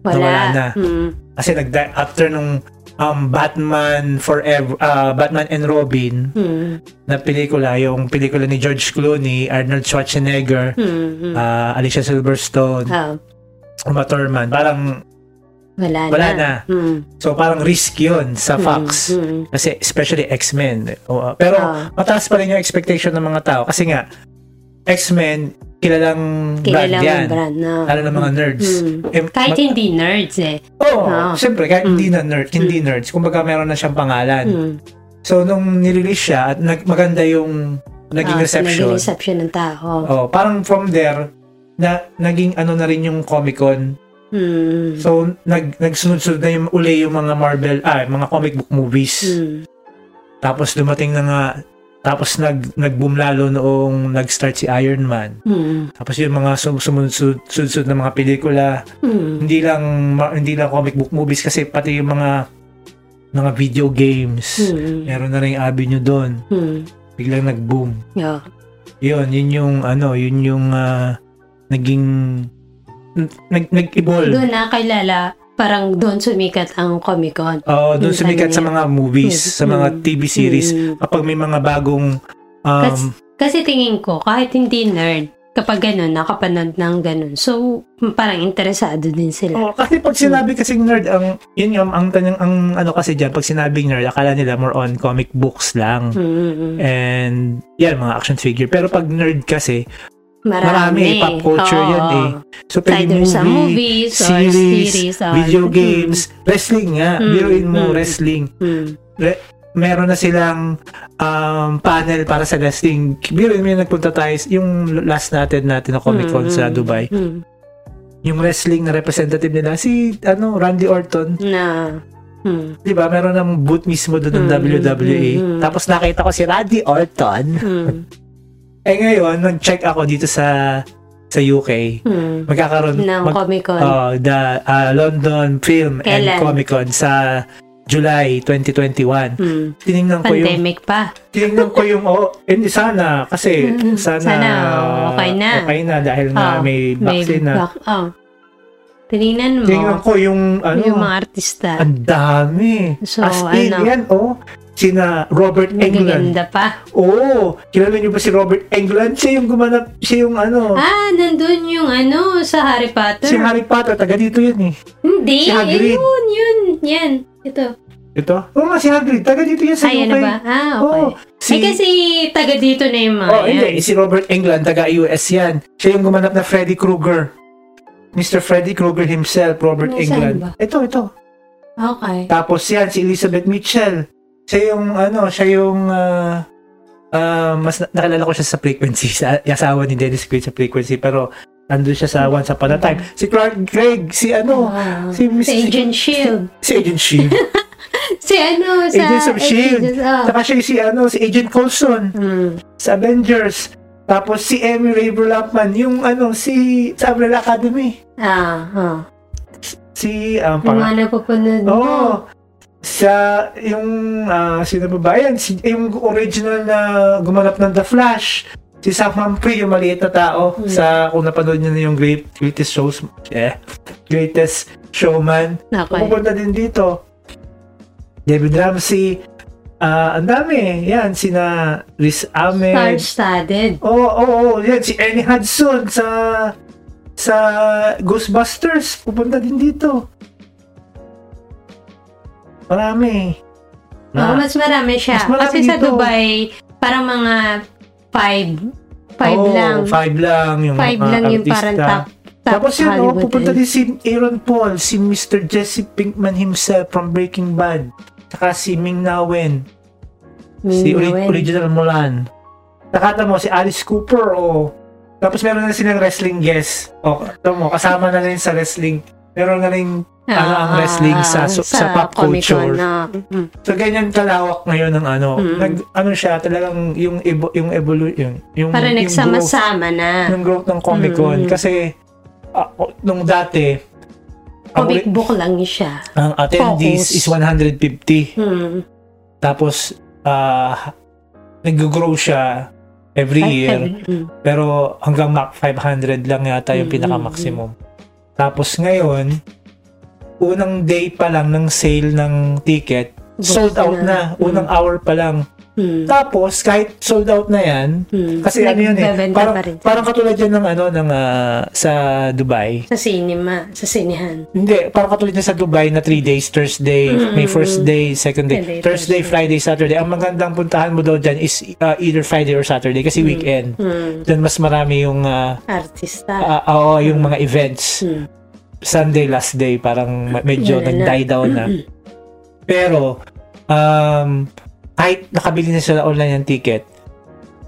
S1: nawala na.
S2: Mm.
S1: kasi nag after nung um, Batman Forever, ah, Batman and Robin
S2: Hmm.
S1: na pelikula, yung pelikula ni George Clooney, Arnold Schwarzenegger,
S2: Hmm. hmm.
S1: ah, Alicia Silverstone,
S2: Oh,
S1: Uma Thurman, parang
S2: wala,
S1: wala
S2: na.
S1: na.
S2: Hmm.
S1: So parang risk yun sa
S2: Hmm,
S1: Fox.
S2: hmm.
S1: Kasi especially X-Men. Oo. Pero
S2: Ah.
S1: mataas pa rin yung expectation ng mga tao. Kasi nga, X-Men, kilalang, brand
S2: Kilala
S1: yan.
S2: ang brand na.
S1: Lalo ng mga nerds.
S2: Hmm.
S1: Eh,
S2: Kahit
S1: ma-
S2: hindi nerds eh.
S1: Oo,
S2: Ah. Mm.
S1: siyempre, kahit hindi na nerd, hindi nerds. Kumbaga meron na siyang pangalan.
S2: Hmm.
S1: So, nung nirelease siya, at nag- maganda yung naging
S2: Oh,
S1: reception.
S2: Naging reception ng tao.
S1: Oh, parang from there, na naging ano na rin yung Comic-Con.
S2: Hmm.
S1: So, nag, nagsunod-sunod na yung uli yung mga Marvel, ah, mga comic book movies.
S2: Hmm.
S1: Tapos dumating na nga, tapos nag, nag-boom lalo noong nag-start si Iron Man.
S2: Hmm.
S1: Tapos yung mga sum- sumunod-sunod na mga pelikula,
S2: Hmm.
S1: hindi lang ma- hindi lang comic book movies kasi pati yung mga mga video games.
S2: Hmm.
S1: Meron na rin avenue doon.
S2: Hmm.
S1: Biglang nag-boom.
S2: Yeah.
S1: Yun, yun yung ano, yun yung ah, naging nag, nag-evolve.
S2: Doon nakilala, parang doon sumikat ang Comic-Con.
S1: Oo, doon
S2: Yung
S1: sumikat
S2: ano
S1: sa
S2: yan.
S1: mga movies,
S2: Yes.
S1: sa mga
S2: Mm.
S1: TV series.
S2: Hmm.
S1: Kapag may mga bagong um,
S2: Kasi- Kasi tingin ko, kahit hindi nerd, kapag ganun, nakapanood ng ganun. So, parang interesado din
S1: oh,
S2: sila.
S1: kasi pag sinabi kasing nerd ang yun nga ang tanong ang ano kasi diyan pag sinabing nerd akala nila more on comic books lang
S2: Mm, mm, mm.
S1: and yan mga action figure pero pag nerd kasi marami, pop culture
S2: Oo.
S1: yun eh. so
S2: It's
S1: pwede
S2: either
S1: movie,
S2: sa movies or
S1: series,
S2: series, Mm-hmm. or, Hmm.
S1: video games wrestling nga
S2: Mm,
S1: biruin mo
S2: mm.
S1: wrestling
S2: Mm,
S1: meron na silang um, panel para sa wrestling biruin mo yung nagpunta tayo yung last natin natin na Comic Con
S2: mm,
S1: sa
S2: mm,
S1: Dubai
S2: mm.
S1: yung wrestling na representative nila si ano Randy Orton
S2: na, mm,
S1: 'di ba meron ng booth mismo doon ng
S2: Mm,
S1: WWE
S2: mm, mm.
S1: tapos nakita ko si Randy Orton
S2: mm,
S1: eh ngayon nag-check ako dito sa sa UK
S2: mm.
S1: magkakaroon
S2: ng
S1: mag-
S2: Comic-Con.
S1: oh, the ah, London Film and
S2: Kailan?
S1: Comic Con sa July 2021
S2: Mm,
S1: tiningnan ko yung
S2: pandemic pa.
S1: tiningnan ko yung oh, and sana kasi
S2: Mm,
S1: sana,
S2: sana, okay na.
S1: okay na dahil na
S2: Oh,
S1: may
S2: May
S1: vaccine na
S2: bak- oh. Tinignan
S1: tiningnan
S2: mo
S1: ko yung ano
S2: yung mga artista.
S1: Ang dami.
S2: So,
S1: As in,
S2: ano?
S1: yan, oh. Sina Robert Englund.
S2: Nagaganda pa.
S1: Oo. Oh, kilala niyo ba si Robert Englund? Siya yung gumanap, siya yung ano.
S2: Ah, nandun yung ano sa Harry Potter.
S1: Si Harry Potter, taga dito yun eh.
S2: Hindi,
S1: Si Hagrid.
S2: yun, yun, yan. Ito.
S1: Ito? Oo nga, si Hagrid. Taga dito yan sa
S2: Ay,
S1: UK.
S2: ano ba? Ah, okay.
S1: Oo. Si,
S2: Ay, kasi taga dito na yung mga
S1: oh,
S2: yan.
S1: hindi. Si Robert Englund, taga US yan. Siya yung gumanap na Freddy Krueger. Mr. Freddy Krueger himself, Robert
S2: Nasaan
S1: Englund.
S2: ba?
S1: Ito, ito.
S2: Okay.
S1: Tapos yan, si Elizabeth Mitchell. Siya yung, ano, siya yung, ah, ah, mas na- nakilala ko siya sa frequency, sa yung asawa ni Dennis Quaid sa frequency, pero andun siya sa Once Upon a Time. Si Clark Gregg, si ano,
S2: Ah,
S1: si Miss-
S2: si Agent Shield.
S1: si Agent Shield.
S2: Si ano, sa...
S1: Agents of S.H.I.E.L.D.
S2: Agents, ah.
S1: Saka siya yung si, ano, si Agent Coulson
S2: Mm.
S1: sa Avengers. Tapos si Emmy Ray Burlapman, yung ano, si, sa Umbrella Academy.
S2: Ah, ah.
S1: Si, ah,
S2: Yung
S1: pang-
S2: mga napapunod mo.
S1: Oo. sa yung ah, sino ba ba yan? Si, yung original na gumanap ng The Flash. Si Sam Humphrey, yung maliit na tao.
S2: Hmm.
S1: Sa, kung napanood niyo na yung great, greatest shows, eh, greatest showman.
S2: Okay.
S1: Pupunta din dito. David Ramsey. Ah, ang dami. Yan, sina Riz Ahmed.
S2: Star-studded.
S1: Oo, oh, oo, oo. Yan, si Ernie Hudson sa sa Ghostbusters. Pupunta din dito. Marami. Ah, Na-
S2: Oh, mas marami siya.
S1: Mas marami
S2: Kasi sa
S1: dito.
S2: Dubai, parang mga five. Five
S1: Oo,
S2: lang.
S1: Five lang yung
S2: Five
S1: mga
S2: lang yung
S1: artista.
S2: parang top, top
S1: Tapos yun, oh,
S2: Hollywood.
S1: pupunta
S2: eh.
S1: din si Aaron Paul, si Mr. Jesse Pinkman himself from Breaking Bad. Saka si Ming Na Wen, si ori-
S2: Minuin.
S1: original Mulan. Nakata mo, si Alice Cooper, oh. Tapos meron na silang wrestling guest. O, oh, mo, kasama na rin sa wrestling. Meron na rin ano, ang
S2: Ah,
S1: wrestling sa- sa pop culture.
S2: Comic-Con, ah. Mm.
S1: So ganyan kalawak ngayon ng ano,
S2: Mm.
S1: nag ano siya talagang yung evo, yung evolution, yung
S2: Para
S1: yung growth,
S2: nagsama-sama na.
S1: yung growth ng Comic Con
S2: Mm.
S1: kasi ah, o- nung dati ang,
S2: Comic
S1: uli-
S2: book lang siya.
S1: ang attendees
S2: Focus.
S1: is 150
S2: Hmm.
S1: tapos ah nag-grow siya every year
S2: Mm.
S1: pero Mm-hmm. hanggang Mach 500 lang yata yung
S2: Mm,
S1: pinaka-maximum. Tapos ngayon unang day pa lang ng sale ng ticket, sold
S2: Bukas
S1: out na. Mm-hmm. Unang hour pa lang.
S2: Mm.
S1: Tapos, kahit sold out na yan,
S2: Mm.
S1: kasi ano yan eh,
S2: Nagbebenta
S1: parang,
S2: pa rin.
S1: parang katulad yan ng ano, ng, ah, sa Dubai.
S2: Sa cinema, sa sinihan.
S1: Hindi, parang katulad niya sa Dubai na 3 days, Thursday, may first day, second day,
S2: Hindi,
S1: Mm-hmm. Thursday, Friday, Saturday. Ang magandang puntahan mo daw dyan is uh, either Friday or Saturday kasi weekend.
S2: Mm.
S1: Then mas marami yung uh, ah,
S2: Artista.
S1: oo, yung mga events.
S2: Mm.
S1: Sunday, last day, parang ma- medyo
S2: Wala na.
S1: nag-die down na. Pero, um, kahit nakabili na sila online ng ticket,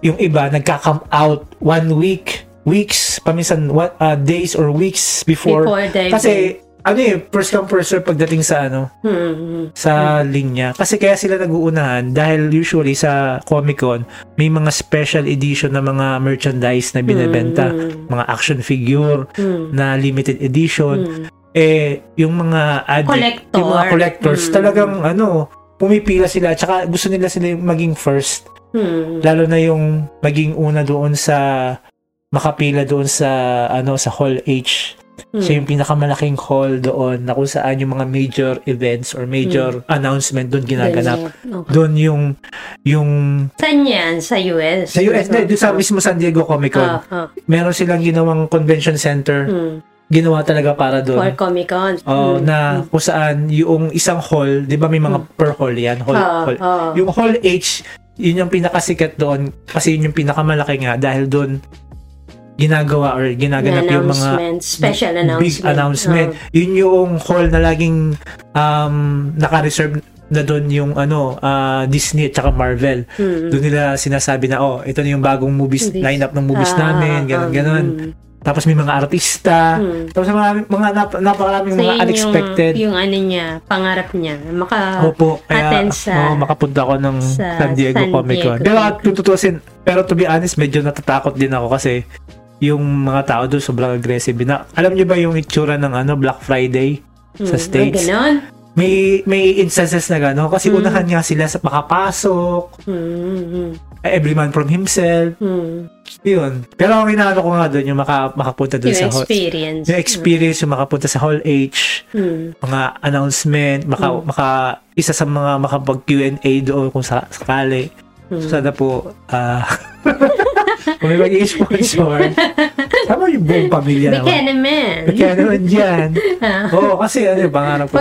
S1: yung iba nagka-come out one week, weeks, paminsan what, uh, days or weeks before
S2: Before the
S1: kasi ano eh, first come first serve pagdating sa ano,
S2: event. Mm.
S1: sa linya. Kasi kaya sila naguunahan dahil usually sa Comic-Con, may mga special edition na mga merchandise na
S2: Hmm.
S1: binebenta, mga action figure
S2: Mm.
S1: na limited edition.
S2: Mm.
S1: Eh yung mga addict,
S2: Collector.
S1: yung mga collectors,
S2: Mm.
S1: talagang ano, pumipila sila tsaka gusto nila sila yung maging first
S2: Mm.
S1: lalo na yung maging una doon sa makapila doon sa ano sa Hall H
S2: Mm.
S1: siya yung pinakamalaking hall doon na kung saan yung mga major events or
S2: Mm.
S1: major announcement doon ginaganap.
S2: Ganyan. Okay.
S1: Doon yung yung
S2: Saan yan? Sa US?
S1: sa US na doon sa mismo San Diego Comic Con.
S2: Ah, ah.
S1: Meron silang ginawang convention center,
S2: Mm.
S1: ginawa talaga para
S2: For
S1: doon.
S2: Comic Con.
S1: Oh, na kung saan yung isang hall, 'di ba may mga
S2: Hmm.
S1: per hall 'yan,
S2: Ah,
S1: hall, hall. Yung Hall H, yun yung pinakasikat doon kasi yun yung pinakamalaki nga dahil doon ginagawa or ginaganap yung mga
S2: special announcement. Ah.
S1: big announcement. Yun yung hall na laging um, naka-reserve na doon yung ano ah, Disney at saka Marvel.
S2: Oh. Mm.
S1: Doon nila sinasabi na oh, ito na yung bagong movies,
S2: Movies.
S1: lineup ng movies
S2: Ah, Hmm.
S1: namin, ganun ganun. Tapos may mga artista.
S2: Mm.
S1: Tapos marami, mga nap- napakaraming
S2: So,
S1: mga
S2: yun yung-
S1: unexpected.
S2: Yung, ano niya, pangarap niya, maka
S1: Opo, kaya
S2: Ah, attend sa-
S1: oo, makapunta ako ng
S2: sa
S1: San Diego
S2: San
S1: Comic Con.
S2: Diego.
S1: Pero kung tutusin, pero to be honest, medyo natatakot din ako kasi yung mga tao doon sobrang aggressive na. Alam niyo ba yung itsura ng ano Black Friday sa
S2: Mm,
S1: States?
S2: Ganun.
S1: May may instances na gano
S2: Hmm.
S1: kasi unahan nga sila sa makapasok,
S2: Mm, mm,
S1: every man from himself,
S2: mm.
S1: yun. Pero ang inaano ko nga doon yung maka, makapunta doon
S2: Yung
S1: sa hall,
S2: experience.
S1: yung experience, yung makapunta sa Hall H,
S2: Mm,
S1: mga announcement, maka, maka, isa sa mga makapag Q&A doon kung sa, sakali.
S2: mm.
S1: So, sana po, ah, kung may maging sponsor, sama yung buong pamilya naman.
S2: Bigyan naman.
S1: Kaya naman dyan.
S2: Ah.
S1: Oo, kasi ano, pangarap ko.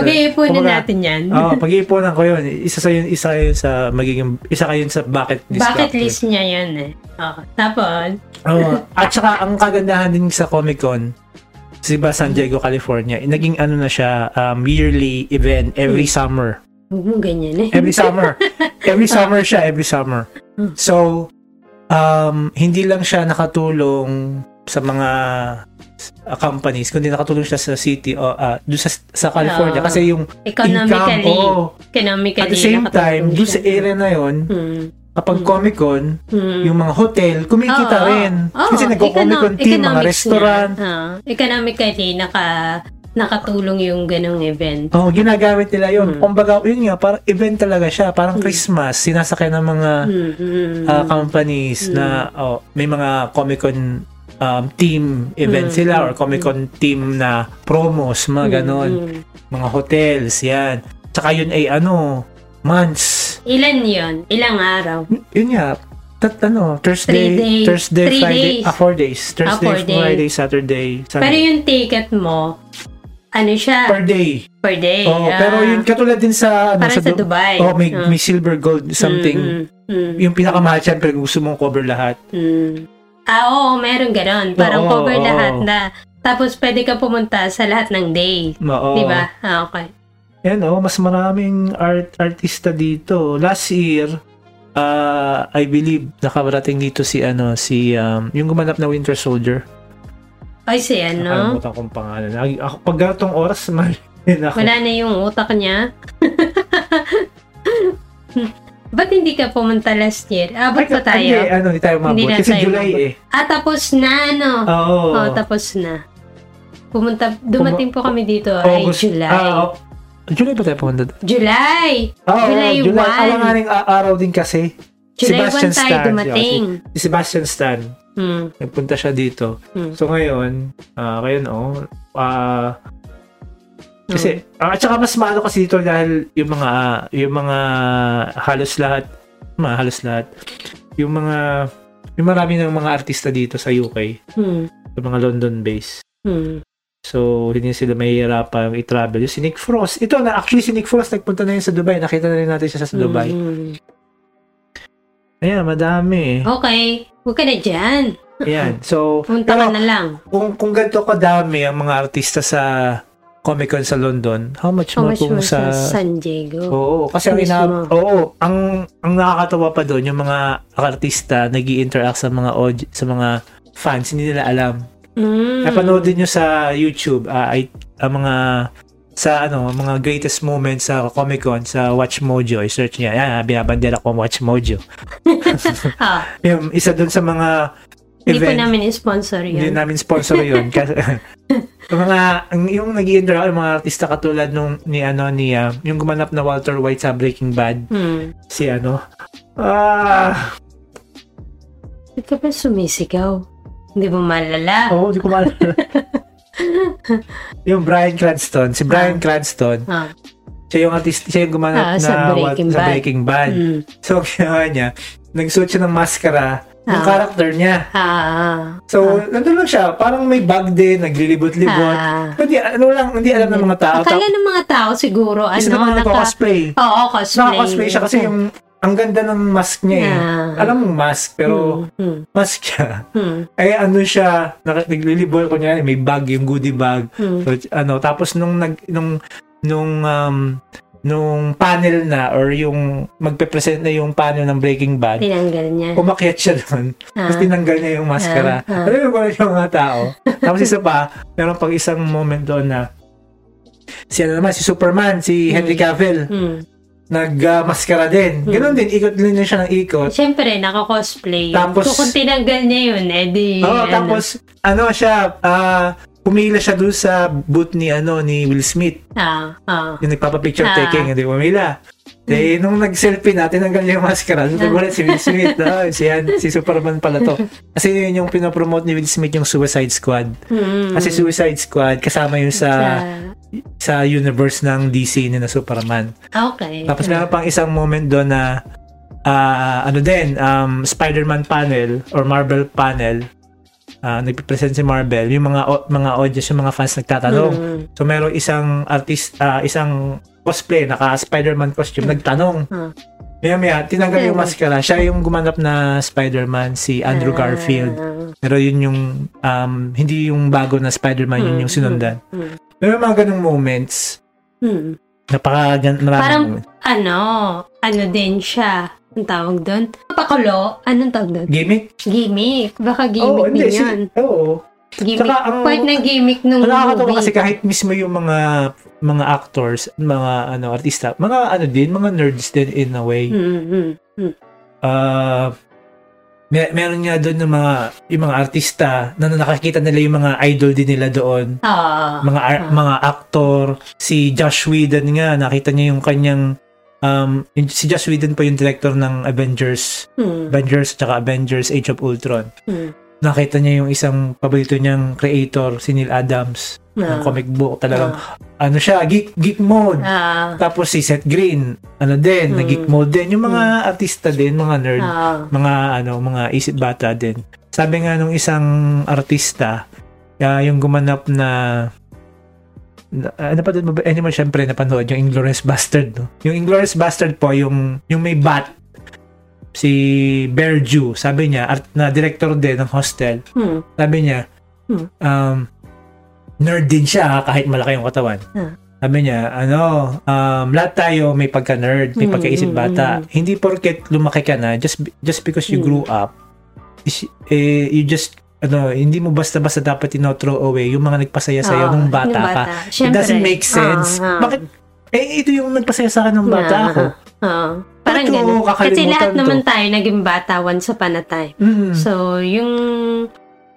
S1: Kumbaga,
S2: Pag-iipunin
S1: oh,
S2: natin yan.
S1: Oo, pag-iipunan ko yun. Isa sa yun, isa yun sa magiging, isa kayo sa bucket list.
S2: Bucket
S1: ko.
S2: list niya yun eh. Oo. tapos,
S1: Oo. At saka, ang kagandahan din sa Comic-Con, si ba San Diego, California, eh, naging ano na siya, um, yearly event every
S2: Mm.
S1: summer.
S2: huwag mo ganyan eh.
S1: Every summer. Every summer siya, every summer.
S2: Hmm.
S1: So, um, hindi lang siya nakatulong sa mga uh, companies, kundi nakatulong siya sa city, o uh, doon sa, sa California.
S2: Oo.
S1: Kasi yung income,
S2: Ah, Economically.
S1: oo.
S2: economically.
S1: at the same
S2: nakatulong
S1: time, doon sa
S2: siya.
S1: area na yon
S2: Mm,
S1: kapag
S2: Mm.
S1: Comic-Con,
S2: mm.
S1: yung mga hotel, kumikita
S2: Oo,
S1: rin.
S2: oo.
S1: Kasi
S2: Oo,
S1: nagko-Comic-Con
S2: econo-
S1: team, mga
S2: ah. economics
S1: restaurant.
S2: niya. Oo. economically, naka, nakatulong yung ganong event.
S1: Oh, ginagamit nila yon.
S2: Mm.
S1: Kumbaga, yun nga, parang event talaga siya.
S2: Hmm.
S1: Parang Christmas, sinasakay ng mga
S2: Mm, mm,
S1: uh, companies
S2: Mm.
S1: na oh, may mga Comic-Con um, team event
S2: Mm.
S1: sila or Comic-Con team na promos, mga ganon.
S2: mm.
S1: Mga hotels, yan. Tsaka yun ay ano, months.
S2: Ilan yon? Ilang araw?
S1: Y- Yun nga, tat, ano, Thursday,
S2: Three days.
S1: Thursday,
S2: Three
S1: Friday,
S2: days.
S1: ah, four days. Thursday,
S2: four days.
S1: Friday, Saturday, Sunday.
S2: Pero yung ticket mo, ano siya?
S1: per day.
S2: Per day.
S1: Oh,
S2: ah.
S1: pero yun katulad din sa ano,
S2: Parang sa
S1: Du-
S2: Dubai.
S1: Oh, may,
S2: Ah.
S1: may silver gold something.
S2: Mm, mm,
S1: Yung pinakamahal syempre kung gusto mong cover lahat.
S2: mm, mm. Ah, oo, meron ganon. Parang
S1: Oo,
S2: cover
S1: oo.
S2: lahat na. Tapos pwede ka pumunta sa lahat ng day.
S1: Oo.
S2: Di ba? Ah, okay.
S1: Yan oh, mas maraming art artista dito. Last year, ah, I believe nakarating dito si ano si um, yung gumanap na Winter Soldier.
S2: Ay, si ano?
S1: Nakalimutan kong pangalan. Ay, ako pag ganitong oras man ako.
S2: Wala na yung utak niya. Ba't hindi ka pumunta last year? Ah, Abot
S1: Ay,
S2: pa
S1: Hindi,
S2: tayo.
S1: ano, hindi tayo
S2: Hindi
S1: mabot.
S2: na
S1: Kasi
S2: tayo
S1: July
S2: umabot.
S1: eh.
S2: Ah, tapos na, ano?
S1: Oo.
S2: Oo, tapos na. Pumunta, dumating po kami dito ay
S1: August.
S2: July.
S1: Ah, oh. July ba tayo pumunta?
S2: July!
S1: Oh,
S2: July
S1: July.
S2: 1.
S1: Alam nga rin, ah, araw din kasi.
S2: July 1 tayo
S1: Stan,
S2: dumating.
S1: si- Si Sebastian Stan.
S2: Mm,
S1: Nagpunta siya dito.
S2: mm.
S1: So ngayon, ah, ngayon oh, ah, Kasi,
S2: Mm.
S1: ah, at saka mas maano kasi dito dahil yung mga, yung mga halos lahat, mga halos lahat, yung mga, yung marami ng mga artista dito sa UK,
S2: Hmm.
S1: yung mga London based.
S2: Hmm.
S1: So, hindi sila mahihirapan i-travel. Yung si Nick Frost, ito na, actually si Nick Frost nagpunta na yun sa Dubai, nakita na rin natin siya sa Dubai.
S2: Hmm.
S1: Ayan, madami.
S2: Okay. Huwag ka na dyan.
S1: Ayan, so,
S2: Punta
S1: pero-
S2: ka na lang.
S1: kung kung ganito kadami ang mga artista sa Comic Con sa London, how much
S2: How
S1: more
S2: much
S1: kung
S2: more
S1: sa
S2: sa
S1: Oh.
S2: San Diego?
S1: Oo, kasi ang
S2: Mismo.
S1: ina- Oo, ang ang nakakatawa pa doon yung mga artista nag-interact sa mga aud- sa mga fans hindi nila alam.
S2: Mm.
S1: Napanood din niyo sa YouTube ah, ay- ang mga sa ano, ang mga greatest moments sa Comic Con sa Watch Mojo, i-search niya. Yan, binabandera ko ang Watch Mojo.
S2: Ah,
S1: Yung isa doon sa mga
S2: hindi po
S1: event
S2: namin sponsor
S1: hindi
S2: yun.
S1: namin sponsor yun. Kasi, yung mga, ang- yung nag interact yung mga artista katulad nung, ni ano, ni, ah, yung gumanap na Walter White sa Breaking Bad,
S2: Hmm.
S1: si ano, ah,
S2: Ba't ka ba sumisigaw? Hindi mo malala.
S1: oo, oh, hindi ko maalala. yung Bryan Cranston, si Bryan Cranston,
S2: Ah,
S1: siya yung artista, siya yung
S2: Ah,
S1: gumanap na
S2: sa
S1: Wal-
S2: Breaking
S1: sa
S2: Bad.
S1: Breaking Bad.
S2: mm.
S1: So, ginawa niya, nagsuot siya ng maskara, yung
S2: Ah.
S1: character niya.
S2: Ah,
S1: So, nandun lang siya, parang may bag din, naglilibot-libot.
S2: ah.
S1: Hindi, ano lang, hindi alam ng mga tao.
S2: Akala ng mga tao siguro, ano,
S1: Isa naman
S2: naka...
S1: nagko-cosplay.
S2: Oo, cosplay.
S1: Naka-cosplay siya kasi yung ang ganda ng mask niya eh.
S2: Ah.
S1: Alam mo mask, pero
S2: Hmm,
S1: mask siya.
S2: hmm,
S1: Eh ano siya, naka- naglilibol ko niya, may bag, yung goodie bag.
S2: hmm,
S1: So, ano, tapos nung nag nung nung um, nung panel na or yung magpe-present na yung panel ng Breaking
S2: hmm.
S1: Bad,
S2: Tinanggal niya.
S1: umakyat siya doon.
S2: Ah,
S1: Tapos tinanggal niya yung maskara.
S2: Ah, ah.
S1: Alam mo ba yung mga tao? Tapos isa pa, meron pang isang moment doon na si ano naman, si Superman, si Henry Cavill.
S2: hmm.
S1: nagmaskara din. Ganun din, ikot din na siya ng ikot.
S2: Siyempre, naka-cosplay.
S1: Tapos-
S2: so, kung tinanggal niya yun, eh, edi,
S1: Oo, tapos ano siya, ah pumila siya doon sa boot ni ano ni Will Smith,
S2: ah, ah.
S1: yung nagpapapicture
S2: Ah.
S1: taking, hindi pumila. Eh, nung nag-selfie natin, hanggang yung maskara, nagulat si Will Smith. Oh, si, yan, si Superman pala to. Kasi yun yung pinopromote ni Will Smith, yung Suicide Squad.
S2: Hmm.
S1: Kasi Suicide Squad, kasama yun sa,
S2: Sa-
S1: sa universe ng DC na na Superman. Ah.
S2: Okay. Hmm.
S1: Tapos meron pang isang moment doon na ah, ano din, um, Spider-Man panel or Marvel panel. Uh, nagpipresent si Marvel, yung mga au- mga audience, yung mga fans nagtatanong.
S2: Mm.
S1: So merong isang artist, ah, isang cosplay, naka Spider-Man costume, nagtanong.
S2: Mm.
S1: Maya maya, tinanggal yung maskara. Siya yung gumanap na Spider-Man, si
S2: Ah,
S1: Andrew
S2: Hmm.
S1: Garfield. Pero yun yung, um, hindi yung bago na Spider-Man, yun yung sinundan.
S2: Mm.
S1: May mga ganung moments.
S2: Hmm.
S1: Napaka, maraming
S2: Parang-
S1: moments.
S2: Ano, ano din siya. Ang tawag doon? Pakulo? Anong tawag doon?
S1: Gimmick?
S2: Gimmick. Baka
S1: Oo,
S2: gimmick
S1: hindi,
S2: din
S1: si-
S2: yun.
S1: Oo.
S2: Gimmick.
S1: Tsaka ang-
S2: Part ng gimmick nung
S1: Ang nakakatawa
S2: movie.
S1: kasi kahit mismo yung mga mga actors, mga ano artista, mga ano din, mga nerds din in a way.
S2: Hmm, hmm, hmm.
S1: Ah, may, meron nga doon ng mga yung mga artista na nakakita nila yung mga idol din nila doon,
S2: Ah.
S1: mga ar-
S2: Ah.
S1: mga actor, si Josh Whedon nga nakita niya yung kanyang um, yung- si Josh Whedon pa yung director ng Avengers,
S2: Hmm,
S1: Avengers tsaka Avengers Age of Ultron.
S2: hmm.
S1: Nakita niya yung isang paborito niyang creator, si Neil Adams ng
S2: Ah.
S1: comic book. Talagang, ano siya, geek, geek mode.
S2: Ah.
S1: Tapos si Seth Green, ano din,
S2: Mm.
S1: na geek mode din. Yung mga artista din, mga nerd,
S2: Hmm. Ah.
S1: mga ano, mga isip bata din. Sabi nga nung isang artista, ah, yung gumanap na, na ano pa din, anyway, syempre, napanood yung Inglourious Bastard. No? Yung Inglourious Bastard po, yung, yung may bat, si Bear Jew, sabi niya, art, na director din ng hostel,
S2: Hmm.
S1: sabi niya,
S2: Hmm.
S1: um, nerd din siya kahit malaki yung katawan.
S2: Ah.
S1: Sabi niya, ano, um, lahat tayo may pagka-nerd, may
S2: Mm,
S1: pagkaisip
S2: mm,
S1: bata. Hindi porket lumaki ka na, just be- just because you
S2: Mm.
S1: grew up, is, eh, you just, ano, hindi mo basta-basta dapat ino-throw away yung mga nagpasaya sa'yo
S2: Ah,
S1: nung bata
S2: nung
S1: ka. It
S2: Siyempre.
S1: doesn't make sense.
S2: Ah, ah.
S1: Bakit? Eh, ito yung nagpasaya sa akin nung bata
S2: Ah,
S1: ako.
S2: ah. Parang
S1: Bakit ko
S2: ganun. Kasi
S1: kakalimutan
S2: lahat
S1: to?
S2: naman tayo naging bata once upon a time.
S1: Mm.
S2: So, yung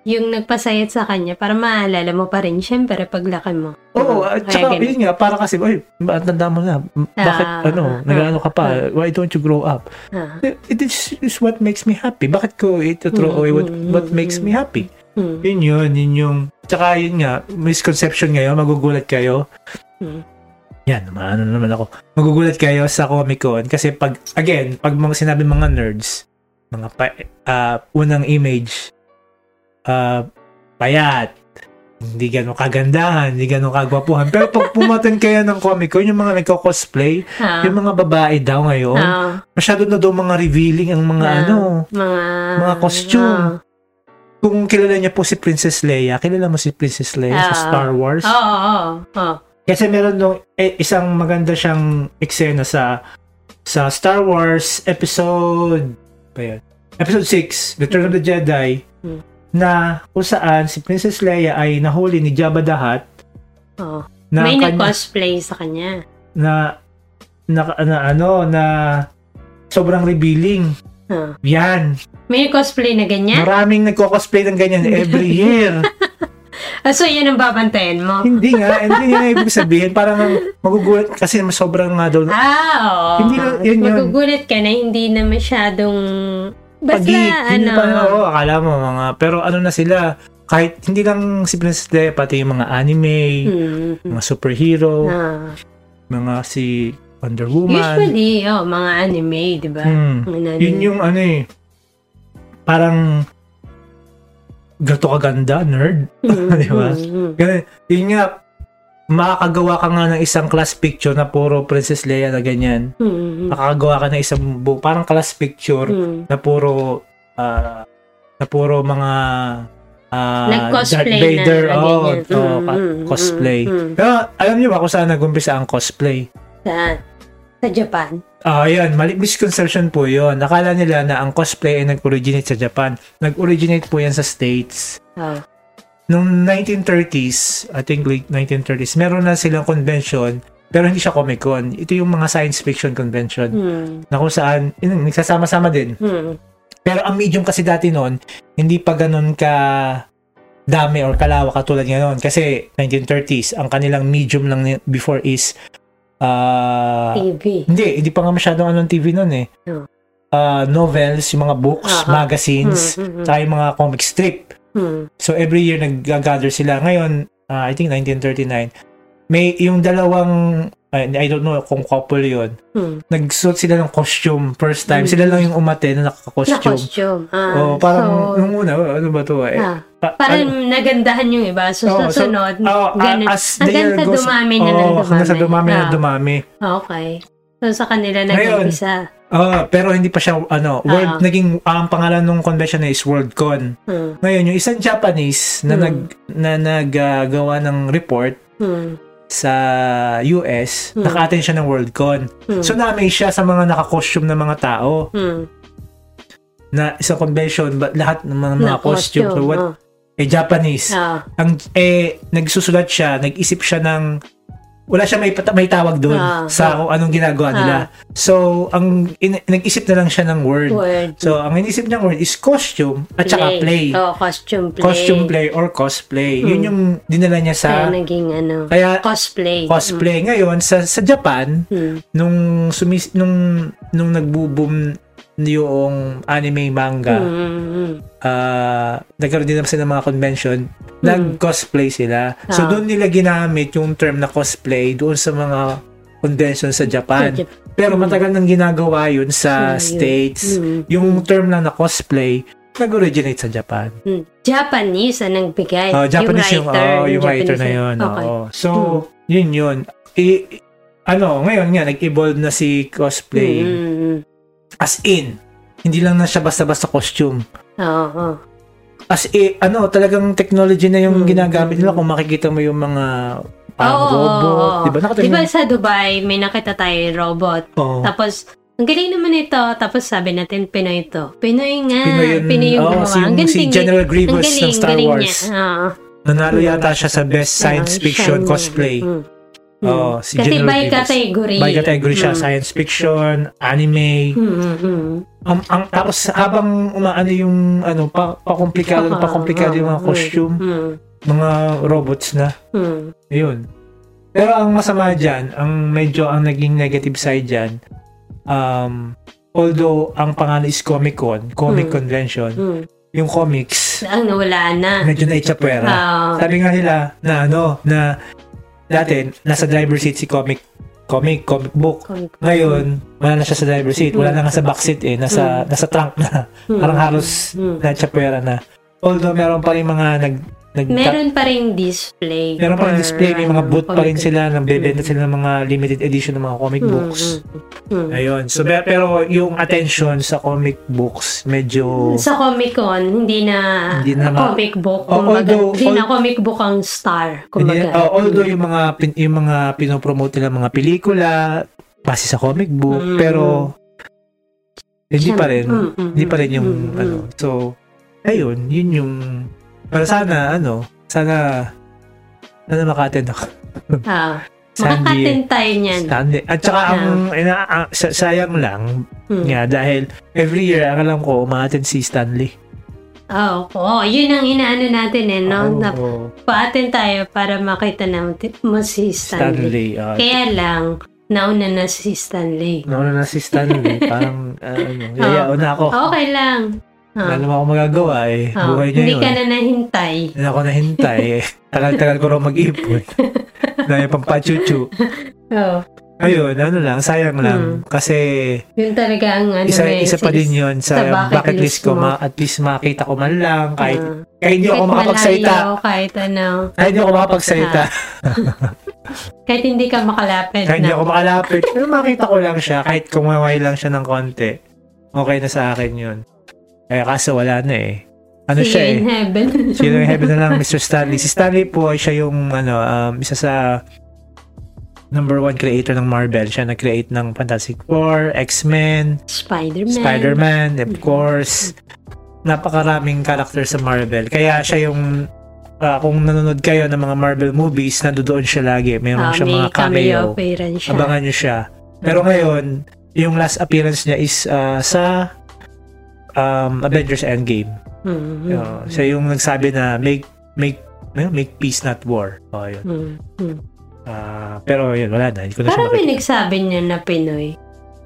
S2: yung nagpasayat sa kanya, para maalala mo pa rin, syempre, paglaki mo.
S1: Oo, at saka
S2: Diba? ganun.
S1: yun nga, para kasi, oy, ba- tanda mo na, M- bakit,
S2: Ah,
S1: ano,
S2: ah,
S1: nag-ano ka pa, why don't you grow up?
S2: Ah,
S1: It is, is what makes me happy. Bakit ko ito throw
S2: Mm,
S1: away what,
S2: mm,
S1: what
S2: mm,
S1: makes me
S2: mm.
S1: happy?
S2: Mm.
S1: Yun yun, yun yung, tsaka yun nga, misconception ngayon, magugulat kayo.
S2: Mm.
S1: Yan, maano naman ako. Magugulat kayo sa Comic Con kasi pag, again, pag mga sinabi mga nerds, mga pa, ah, unang image, ah, payat, hindi gano'ng kagandahan, hindi gano'ng kagwapuhan. Pero pag pumaten kayo ng Comic Con, yung mga nagko-cosplay,
S2: Ah,
S1: yung mga babae daw ngayon,
S2: ah,
S1: masyado na daw mga revealing ang mga
S2: Ah.
S1: ano,
S2: mga... Ah.
S1: mga costume. kung kilala niya po si Princess Leia, kilala mo si Princess Leia sa
S2: Ah.
S1: Star Wars?
S2: Oo, oo, oo.
S1: Kasi meron nung eh, isang maganda siyang eksena sa sa Star Wars episode ba yun? Episode 6, Return of the Jedi
S2: Mm.
S1: na kung saan si Princess Leia ay nahuli ni Jabba the Hutt
S2: oo.
S1: na
S2: May
S1: kanya-
S2: nag-cosplay sa kanya.
S1: na, na na ano na sobrang revealing.
S2: Ah.
S1: Yan.
S2: May cosplay na ganyan.
S1: Maraming nagko-cosplay ng ganyan every year.
S2: Ah, so, yun ang babantayan mo.
S1: Hindi nga, hindi nga ibig sabihin. Parang magugulat kasi mas sobrang nga daw.
S2: Ah, oo.
S1: Hindi na- yun yun.
S2: Magugulat ka na hindi na masyadong... Basta,
S1: Pag-geek, yun
S2: ano...
S1: yung parang, oo, akala mo mga, pero ano na sila, kahit hindi lang si Princess Leia, pati yung mga anime,
S2: Mm.
S1: mga superhero,
S2: Ah.
S1: mga si Wonder Woman.
S2: Usually, diba? oh, mga anime, di ba?
S1: Hmm.
S2: Mga anime.
S1: Yun yung ano eh, parang gato ka ganda, nerd.
S2: Mm,
S1: Di ba?
S2: mm, mm.
S1: Ganun. Yun nga, makakagawa ka nga ng isang class picture na puro Princess Leia na ganyan.
S2: Mm,
S1: nakakagawa ka ng isang bu- parang class picture
S2: mm.
S1: na puro ah, na puro mga ah, Darth
S2: Nag-cosplay
S1: Vader
S2: na.
S1: oh,
S2: ganyan.
S1: oh,
S2: Mm,
S1: pa-
S2: mm, mm,
S1: cosplay.
S2: mm.
S1: Pero alam niyo ba kung saan nag-umpisa ang cosplay?
S2: Saan? Sa Japan.
S1: Ah, yun, mali misconception po yun. Nakala nila na ang cosplay ay nag-originate sa Japan. Nag-originate po yan sa States.
S2: Oh.
S1: Noong 1930s, I think late 1930s, meron na silang convention, pero hindi siya Comic-Con. Ito yung mga science fiction convention
S2: Mm,
S1: na kung saan, yun, nagsasama-sama din.
S2: mm,
S1: Pero ang medium kasi dati noon, hindi pa ganun ka dami or kalawak katulad ngayon. Kasi 1930s, ang kanilang medium lang ni- before is ah,
S2: TV.
S1: hindi, hindi pa nga masyadong anong TV noon eh.
S2: Oo.
S1: Ah, novels, yung mga books,
S2: Aha.
S1: magazines,
S2: Mm, mm,
S1: tsaka yung mga comic strip.
S2: mm,
S1: So every year nag-gather sila. Ngayon, ah, I think 1939, may yung dalawang, I I don't know kung couple yun,
S2: mm.
S1: nagsuot sila ng costume first time.
S2: Mm.
S1: Sila lang yung umate na
S2: Na
S1: naka-costume.
S2: costume. Ah,
S1: Oh, parang
S2: so,
S1: nung una, ano ba to eh?
S2: ah,
S1: Pa-
S2: parang
S1: ano-
S2: nagandahan yung iba. So,
S1: Oo, so-
S2: susunod,
S1: oh, ah,
S2: ganun.
S1: as the
S2: Hanggang
S1: year
S2: sa
S1: goes,
S2: dumami na lang
S1: oh,
S2: dumami.
S1: hanggang sa dumami na
S2: Ah,
S1: dumami.
S2: Okay. So, sa kanila
S1: Ngayon,
S2: naging isa.
S1: Oh, pero hindi pa siya ano, world
S2: Ah.
S1: naging ah, ang pangalan ng convention na is Worldcon.
S2: Mm,
S1: Ngayon, yung isang Japanese na
S2: Hmm.
S1: nag na naggawa ng report
S2: mm,
S1: sa US,
S2: Hmm.
S1: naka-attend siya ng Worldcon.
S2: mm,
S1: So namay siya sa mga naka-costume na mga tao
S2: mm.
S1: na isang convention but lahat ng mga, mga
S2: Na
S1: costume. So what
S2: oh.
S1: eh Japanese.
S2: Ah,
S1: ang eh nagsusulat siya, nag-isip siya ng wala siya may pat- may tawag doon
S2: Ah.
S1: sa kung anong ginagawa nila. So, ang in- nag-isip na lang siya ng word.
S2: word.
S1: So, ang inisip niyang word is costume at saka play.
S2: Oh, costume play.
S1: Costume play or cosplay. Yun
S2: Mm.
S1: yung dinala niya sa
S2: Kaya naging ano,
S1: kaya
S2: cosplay.
S1: cosplay ngayon sa sa Japan
S2: Mm,
S1: nung sumis nung nung nagbo-boom yung anime
S2: mm,
S1: manga
S2: mm, mm.
S1: ah nagkaroon din naman sila ng mga convention, nag-cosplay sila. So,
S2: Hmm. Ah.
S1: doon nila ginamit yung term na cosplay doon sa mga convention sa
S2: Sa
S1: Japan.
S2: Japan.
S1: Pero
S2: Mm.
S1: matagal nang ginagawa yun sa
S2: Sa yun.
S1: States.
S2: Mm.
S1: Yung term lang na cosplay, nag-originate sa Japan.
S2: Hmm. Japanese ang nagbigay.
S1: Oh, Japanese yung, oh, yung writer na
S2: Japanese
S1: yun. Oh,
S2: Okay. Hmm.
S1: oo. So, yun yun. I- i- ano, ngayon nga, nag-evolve na si cosplay.
S2: Mm,
S1: As in, hindi lang na siya basta-basta costume.
S2: Oo. oo.
S1: As i ano, talagang technology na yung
S2: Mm,
S1: ginagamit nila
S2: mm.
S1: kung makikita mo yung mga parang
S2: Oo,
S1: robot,
S2: oo, oo.
S1: di ba? Nakatayo
S2: Di ba
S1: yung-
S2: sa Dubai, may nakita tayong robot.
S1: Oo.
S2: Tapos, ang galing naman ito. Tapos sabi natin, Pinoy ito. Pinoy nga.
S1: Pinoy
S2: Pinoy,
S1: yun.
S2: yung
S1: Oo,
S2: gumawa.
S1: si,
S2: ang
S1: yung-
S2: galing.
S1: si General
S2: ang
S1: Grievous
S2: galing,
S1: ng Star
S2: galing
S1: Wars.
S2: niya. Oo.
S1: Nanalo yata siya sa best science
S2: Oo,
S1: fiction
S2: siya
S1: cosplay.
S2: niya. Mm.
S1: Oo, si
S2: Kasi
S1: General
S2: by
S1: Grievous.
S2: category. Hmm. Mm-hmm.
S1: By category siya, science fiction, anime.
S2: Mm, mm, mm.
S1: Um, ang, tapos habang umaano yung ano, pa, pakomplikado,
S2: Oo,
S1: pakomplikado yung mga
S2: oo,
S1: costume,
S2: mm,
S1: mga robots na.
S2: mm,
S1: Ayun. Pero ang masama dyan, ang medyo ang naging negative side dyan, um, although ang pangalan is Comic Con, Comic
S2: Mm.
S1: Convention,
S2: mm,
S1: yung comics,
S2: ang nawala na. Ah,
S1: Medyo na itsapwera.
S2: Oo.
S1: Sabi nga nila na ano, na dati nasa driver seat si comic comic comic book.
S2: Comic Con.
S1: Ngayon, wala na siya sa driver seat. Wala na nga sa back seat eh. Nasa, nasa trunk na.
S2: Hmm.
S1: Parang halos
S2: Hmm.
S1: na itsapwera na. Although meron pa rin mga nag, nag
S2: Meron pa rin display.
S1: Meron pa rin display, may mga booth pa rin
S2: sila.
S1: sila, nagbebenta sila ng mga limited edition ng mga
S2: Hmm,
S1: comic
S2: Mm-hmm.
S1: books. Ayun. So, pero, pero yung attention sa comic books, medyo...
S2: Sa Comic Con, hindi na,
S1: Hindi na ma-
S2: comic book.
S1: Oh,
S2: Kumbaga,
S1: although-
S2: hindi na
S1: al-
S2: comic book ang star.
S1: Hindi- oh,
S2: Kumbaga.
S1: although yung mga, pin- yung mga pinopromote nila mga pelikula, base sa comic book,
S2: Mm.
S1: pero hindi pa rin.
S2: Mm, mm,
S1: Hindi pa rin yung
S2: mm, mm.
S1: ano. So, ayun. Yun yung... Pero sana, ano, sana sana maka-attend ako.
S2: Ah,
S1: San Diego.
S2: makakatin tayo niyan.
S1: Sunday. At saka, ang, ina- ang- sa- sayang lang,
S2: Mm.
S1: Nga, dahil every year, ang alam ko, umaattend si Stanley.
S2: Oh, oo, yun ang inaano natin eh, no?
S1: Oo,
S2: Na
S1: oo.
S2: Paatin tayo para makita natin mo si
S1: Stanley.
S2: Stanley.
S1: ah. oo.
S2: Kaya lang, nauna na si Stanley.
S1: Nauna na si Stanley. parang, ah, ano, yayaon na ako.
S2: Oh. Okay lang. Ah,
S1: Wala naman ako magagawa eh.
S2: ah,
S1: Buhay niya
S2: hindi
S1: yun.
S2: ka na nahintay.
S1: Hindi ako nahintay eh. Tagal-tagal ko raw mag-ipon. Dahil pang pachuchu.
S2: Oh,
S1: Ayun, ano lang, sayang lang. Kasi
S2: yun talaga ang Hmm. ano
S1: isa,
S2: eh,
S1: isa pa
S2: si-
S1: din yun sa,
S2: sa bucket
S1: bucket list ko.
S2: list mo.
S1: Ma, at least makita ko man lang. Kahit,
S2: Ah.
S1: kahit hindi ako
S2: Kahit
S1: makapagsalita.
S2: malayo, kahit ano,
S1: Kahit hindi ako makapagsalita.
S2: kahit hindi ka makalapit
S1: Kaya hindi
S2: na.
S1: ako makalapit. Pero makita ko lang siya. Kahit kumaway lang siya ng konti. Okay na sa akin yun. Eh, kaso wala na eh. Ano
S2: See
S1: siya
S2: you
S1: eh?
S2: in heaven.
S1: Sino yung heaven na lang, Mr. Stanley. Si Stanley po ay siya yung ano, um, isa sa number one creator ng Marvel. Siya nag-create ng Fantastic Four, X-Men,
S2: Spider-Man.
S1: Spider-Man, of course. Napakaraming karakter sa Marvel. Kaya siya yung ah, kung nanonood kayo ng mga Marvel movies, nandoon siya lagi. Meron
S2: Ah,
S1: siya
S2: may
S1: mga cameo.
S2: appearance siya.
S1: Abangan nyo siya. Pero ngayon, yung last appearance niya is ah, sa um, Avengers Endgame.
S2: Mm,
S1: So siya yung nagsabi na make make ano, make peace not war. Oh, yun.
S2: mm, mm.
S1: Ah, pero yun, wala na. Hindi ko na siya
S2: Parang may
S1: makita.
S2: nagsabi niya na Pinoy.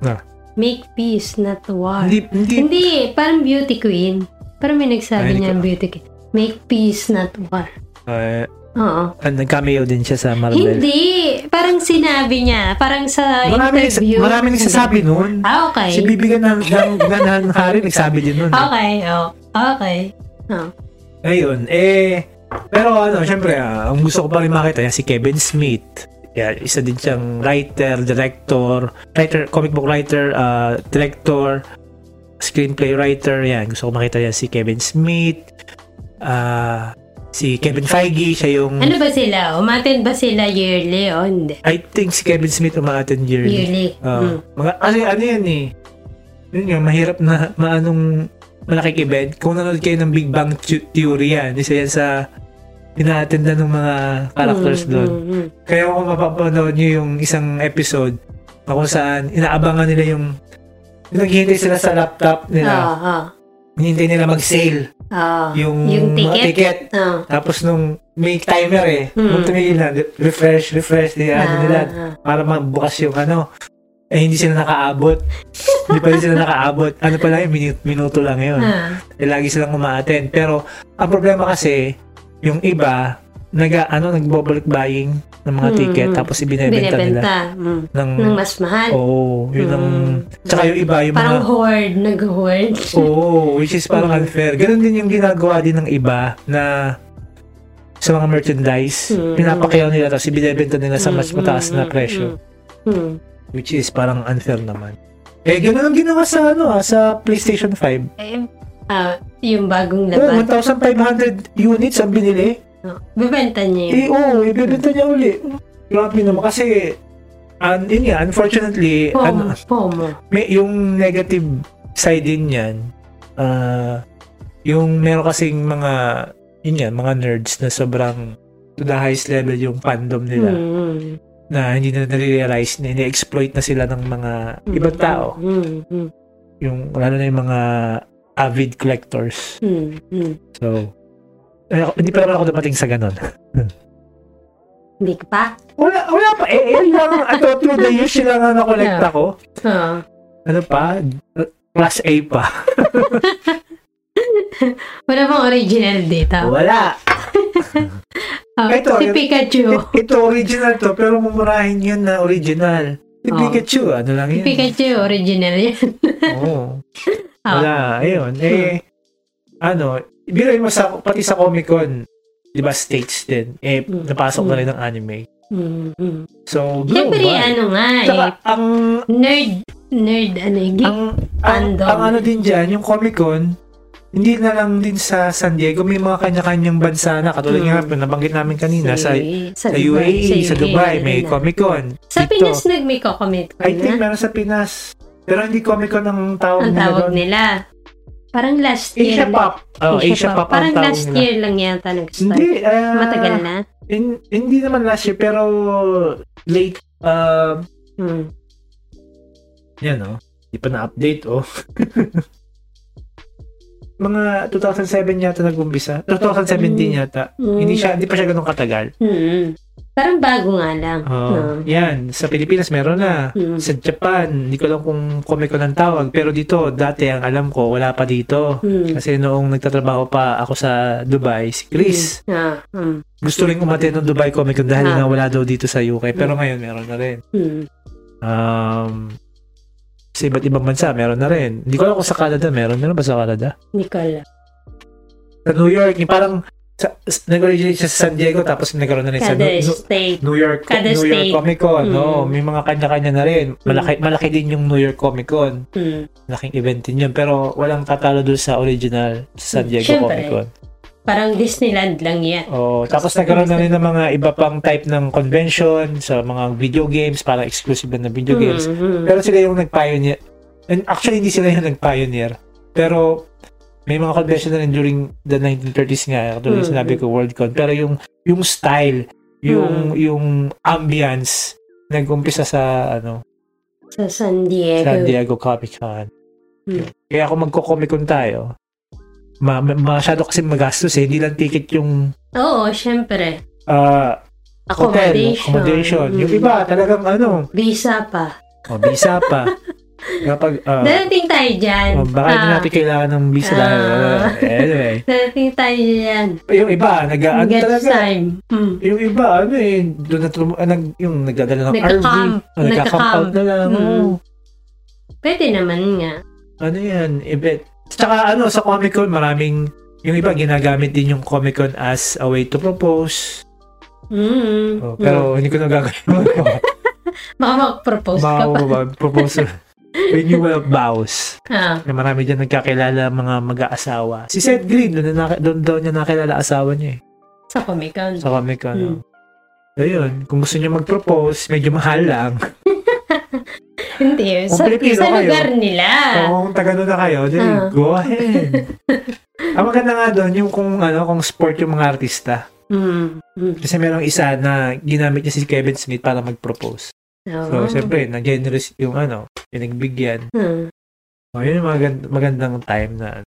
S1: Na?
S2: Make peace, not
S1: Ah.
S2: war.
S1: Hindi, hindi.
S2: Hindi eh, parang beauty queen. Parang may
S1: Ay,
S2: nagsabi
S1: hindi
S2: niya
S1: ko-
S2: beauty queen. Make peace, not war.
S1: Ah,
S2: Oo.
S1: ah, nag-cameo din siya sa Marvel.
S2: Hindi. Parang sinabi niya. Parang sa
S1: Marami,
S2: interview.
S1: marami nagsasabi nun.
S2: Ah, okay.
S1: Si Bibigan ng, ng, ng, ng hari, nagsabi din nun. eh.
S2: Okay, oh. Okay. Oh.
S1: Ayun, eh, pero ano, syempre, ah, ang gusto ko pa rin makita yan si Kevin Smith. Yeah, isa din siyang writer, director, writer, comic book writer, ah, director, screenplay writer, yan. Gusto ko makita yan si Kevin Smith, ah, si Kevin Feige, siya yung,
S2: Ano ba sila? Umatin ba sila yearly? Oh, hindi.
S1: I think si Kevin Smith umaattend yearly.
S2: Yearly.
S1: Ah,
S2: Mm.
S1: mga, kasi ano yan eh, yun nga, mahirap na maanong malaking event. Kung nanood kayo ng Big Bang Thu- Theory yan, isa yan sa inaattend na ng mga characters
S2: Mm,
S1: doon.
S2: mm, mm.
S1: Kaya kung mapapanood nyo yung isang episode na kung saan inaabangan nila yung yung naghihintay sila sa laptop nila.
S2: Ah, ah.
S1: Hinihintay nila mag-sale
S2: Ah.
S1: yung,
S2: Yung
S1: mga
S2: ticket.
S1: ticket.
S2: Ah.
S1: Tapos nung may timer eh,
S2: Mm.
S1: nung tumigil na, re- refresh, refresh, nila,
S2: Ah,
S1: ano nila,
S2: ah.
S1: para magbukas yung ano. Eh, hindi sila nakaabot. hindi pa rin sila nakaabot. Ano pala yun, minu- minuto lang yun.
S2: Ah.
S1: Eh, lagi silang umaattend. Pero, ang problema kasi, yung iba, nag, ano, nagbobalik buying ng mga
S2: Mm,
S1: ticket,
S2: mm.
S1: tapos ibinebenta nila.
S2: Binibenta. Mm.
S1: Ng,
S2: Nang mas mahal.
S1: oo, yun ang,
S2: Mm.
S1: tsaka yung iba, yung
S2: Parang
S1: mga, Oh,
S2: hoard, nag-hoard.
S1: oo, which is parang unfair. Ganun din yung ginagawa din ng iba na sa mga merchandise,
S2: Mm.
S1: pinapakayaw nila tapos ibinebenta nila sa mas
S2: Mm,
S1: mataas
S2: mm,
S1: na
S2: mm,
S1: presyo.
S2: mm, mm.
S1: Which is parang unfair naman. Eh, ganun ang ginawa sa, ano, ah, sa PlayStation 5.
S2: Eh, ah, yung bagong
S1: Well,
S2: labas.
S1: 1,500 units ang binili.
S2: Oh, Bibenta niya yun.
S1: Eh, oo, ibibenta niya uli. Grabe naman. Kasi, an, yun nga, unfortunately,
S2: Pomo,
S1: ano,
S2: pomo.
S1: may, yung negative side din yan, ah, yung meron kasing mga, yun nga, mga nerds na sobrang to the highest level yung fandom nila
S2: Mm,
S1: na hindi na nare-realize na ini-exploit na sila ng mga
S2: mm,
S1: ibang tao.
S2: Mm, mm,
S1: yung lalo na yung mga avid collectors.
S2: mm, mm.
S1: So, eh, ako- hindi pa naman ako dumating sa ganun.
S2: Big pa?
S1: Wala, wala pa. Eh, eh lang, ato through the years sila nga na-collect
S2: Yeah.
S1: ako.
S2: Oh.
S1: Ano pa? Class A pa.
S2: Wala bang original data?
S1: Wala.
S2: Oh,
S1: Ito,
S2: si
S1: ito.
S2: Pikachu.
S1: It- ito original to, pero mumurahin yun na original. Si
S2: Oh.
S1: Pikachu, ano lang
S2: Si
S1: yun.
S2: Pikachu, original yan.
S1: Oo.
S2: Ah.
S1: Wala, ayun. Eh, ano, biruin mo sa, pati sa Comic Con, di ba states din, eh,
S2: Mm.
S1: napasok na
S2: Mm.
S1: rin ng anime.
S2: Mm-hmm.
S1: So, global.
S2: Siyempre, ano nga
S1: Saka,
S2: eh.
S1: ang,
S2: Nerd, nerd, ano eh, geek.
S1: ang, ang,
S2: fandom.
S1: ang ano din dyan, yung Comic Con, hindi na lang din sa San Diego, may mga kanya-kanyang bansa na, katulad
S2: Mm.
S1: nga, nabanggit namin kanina, sa,
S2: sa,
S1: sa UAE, sa Dubai,
S2: meron
S1: may
S2: na.
S1: Comic Con.
S2: Sa
S1: Dito.
S2: Pinas nagmi-commit ko
S1: ano I think
S2: na.
S1: meron sa Pinas. Pero hindi Comic Con ang tawag
S2: Ang
S1: nila
S2: tawag
S1: doon.
S2: nila. Parang last
S1: Asia
S2: year.
S1: Pop. Oh, Asia, Pop. ang
S2: Parang
S1: tawag
S2: last
S1: nila.
S2: year lang yata nag-start.
S1: Hindi. ah,
S2: Matagal na.
S1: hin- hindi naman last year, pero late. Uh,
S2: Hmm.
S1: yan oh. Hindi pa na-update oh. mga 2007 yata nag-umbisa. 2017 yata.
S2: Hmm.
S1: Hindi siya, hindi pa siya ganun katagal.
S2: Hmm. Parang bago nga lang.
S1: Oh,
S2: Hmm.
S1: Yan, sa Pilipinas meron na.
S2: Hmm.
S1: Sa Japan, hindi ko alam kung Comic Con ang tawag. Pero dito, dati ang alam ko, wala pa dito.
S2: Hmm.
S1: Kasi noong nagtatrabaho pa ako sa Dubai, si Chris,
S2: Ah, hmm.
S1: gusto rin umattend ng Dubai Comic Con dahil
S2: Ah.
S1: nga wala daw dito sa UK. Pero ngayon, meron na rin.
S2: Hmm.
S1: Um, sa iba't ibang bansa, meron na rin. Hindi ko alam kung sa Canada, meron. Meron ba sa Canada?
S2: Nicola.
S1: Sa New York, yung parang sa, s- nag-originate siya sa San Diego tapos nagkaroon na rin sa
S2: Kada
S1: Nu- Nu-
S2: state.
S1: New York
S2: Kada
S1: New York
S2: state. Hmm.
S1: Comic Con. No,
S2: Mm.
S1: may mga kanya-kanya na rin. Malaki malaki din yung New York Comic Con.
S2: Hmm.
S1: Laking event din yun pero walang tatalo doon sa original sa San
S2: Mm,
S1: Diego
S2: syempre.
S1: Comic Con.
S2: Parang Disneyland lang yan.
S1: Oh, tapos nagkaroon na rin ng mga iba pang type ng convention sa mga video games, parang exclusive na video games.
S2: Hmm.
S1: Pero sila yung nag-pioneer. And actually, hindi sila yung nag-pioneer. Pero may mga convention na rin during the 1930s nga, katulad yung
S2: Mm.
S1: sinabi ko, Worldcon. Pero yung yung style, yung
S2: Hmm.
S1: yung ambience, nag-umpisa sa ano,
S2: Sa San Diego.
S1: San Diego Comic Con.
S2: Mm.
S1: Kaya kung magko-Comic Con tayo, ma- ma- masyado kasi magastos eh. Hindi lang ticket yung
S2: Oo, syempre.
S1: ah, hotel,
S2: Accommodation.
S1: accommodation. Yung
S2: Hmm.
S1: iba, talagang ano,
S2: Visa pa.
S1: oh, visa pa. Kapag, ah,
S2: Darating tayo dyan.
S1: Oh, baka hindi
S2: Ah,
S1: natin kailangan ng visa dahil,
S2: Ah.
S1: uh, anyway.
S2: Darating tayo dyan.
S1: Yung iba, nag ano
S2: Get
S1: talaga.
S2: time. Hmm.
S1: Yung iba, ano eh, doon na tum- ah, nag- yung nagdadala ng RV.
S2: Nagka-camp.
S1: Oh, nagka-camp out na lang.
S2: Mm.
S1: oo.
S2: Pwede naman nga.
S1: Ano yan, event. Tsaka ano, sa Comic Con, maraming, yung iba, ginagamit din yung Comic Con as a way to propose.
S2: Mm.
S1: Oh, pero hindi ko nagagawin.
S2: Baka mag-propose ka pa.
S1: Vow, proposal. Renewal of vows.
S2: Ah.
S1: Na marami dyan nagkakilala mga mag-aasawa. Si Seth Green, doon, na, naki- doon daw niya nakilala asawa niya eh.
S2: Sa Comic Con.
S1: sa Comic Con. no? So, yun. Kung gusto niyo mag-propose, medyo mahal lang.
S2: Hindi.
S1: Kung
S2: Sa,
S1: Pilipino
S2: sa
S1: kayo.
S2: lugar nila.
S1: Kung taga doon na kayo, then
S2: Ah.
S1: go ahead. Ang maganda nga doon, yung kung, ano, kung sport yung mga artista.
S2: Mm. Mm.
S1: Kasi merong isa na ginamit niya si Kevin Smith para mag-propose. So,
S2: Oo.
S1: syempre, na-generous yung ano, yung nagbigyan.
S2: Hmm.
S1: So, yun yung magand- magandang time na. di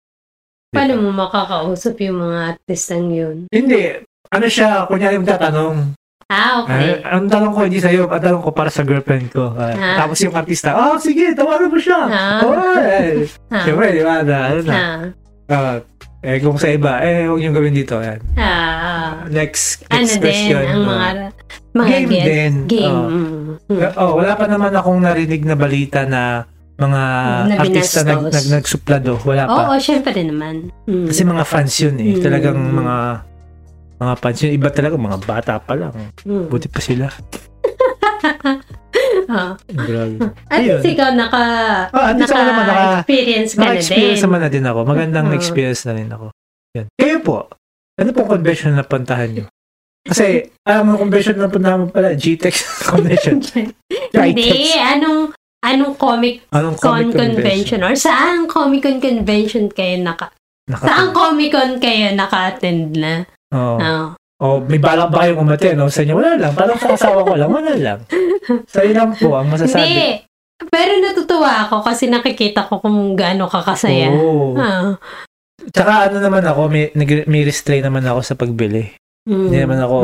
S1: ba?
S2: Paano mo makakausap yung mga artistang yun?
S1: Hindi. Ano siya, kunyari magtatanong.
S2: Ah, okay.
S1: Ah, ang tanong ko hindi sa'yo, ang tanong ko para sa girlfriend ko. Ah,
S2: Ah.
S1: Tapos yung artista, oh, sige, tawagan mo siya.
S2: Ah.
S1: Alright.
S2: Ah.
S1: Siyempre, di ba? Na, ano na.
S2: Ah.
S1: Ah, eh, kung sa iba, eh, huwag niyong gawin dito. Yan.
S2: Ah.
S1: Next,
S2: Ano
S1: next
S2: din
S1: question.
S2: ang mga,
S1: Ah,
S2: mga
S1: game
S2: guest-
S1: din.
S2: Game.
S1: Oh.
S2: Mm.
S1: Eh, oh, wala pa naman akong narinig na balita na mga
S2: Na
S1: artista nag,
S2: binastos.
S1: nag, nagsuplado. Wala pa.
S2: Oo, syempre naman. Mm.
S1: Kasi mga fans yun eh.
S2: Mm.
S1: Talagang mga mga fans yun. Iba talaga, mga bata pa lang.
S2: Mm.
S1: Buti pa sila.
S2: Ah.
S1: Grabe.
S2: At
S1: Ayun.
S2: least ikaw naka,
S1: Oh, at least ako naman, naka-
S2: naka-experience ka na din.
S1: Naka-experience naman na din ako. Magandang
S2: Oo.
S1: experience na rin ako. Yan. Kayo po, ano pong convention na puntahan nyo? Kasi, alam mo, convention na puntahan mo pala, GTEX convention.
S2: Hindi,
S1: Tritex.
S2: anong anong comic
S1: Anong
S2: con
S1: comic convention?
S2: convention or saan comic con convention kayo naka
S1: Naka-
S2: saan Ah. comic con kayo naka-attend na?
S1: Oo.
S2: Oo.
S1: O, may balak ba kayong umatin? O, sa inyo, wala lang. Parang sa asawa ko lang, wala lang. So, yun lang po ang masasabi.
S2: Hindi. Pero natutuwa ako kasi nakikita ko kung gaano kakasaya.
S1: Oo.
S2: Ah.
S1: Tsaka ano naman ako, may, nag- may restrain naman ako sa pagbili.
S2: Mm.
S1: Hindi naman ako,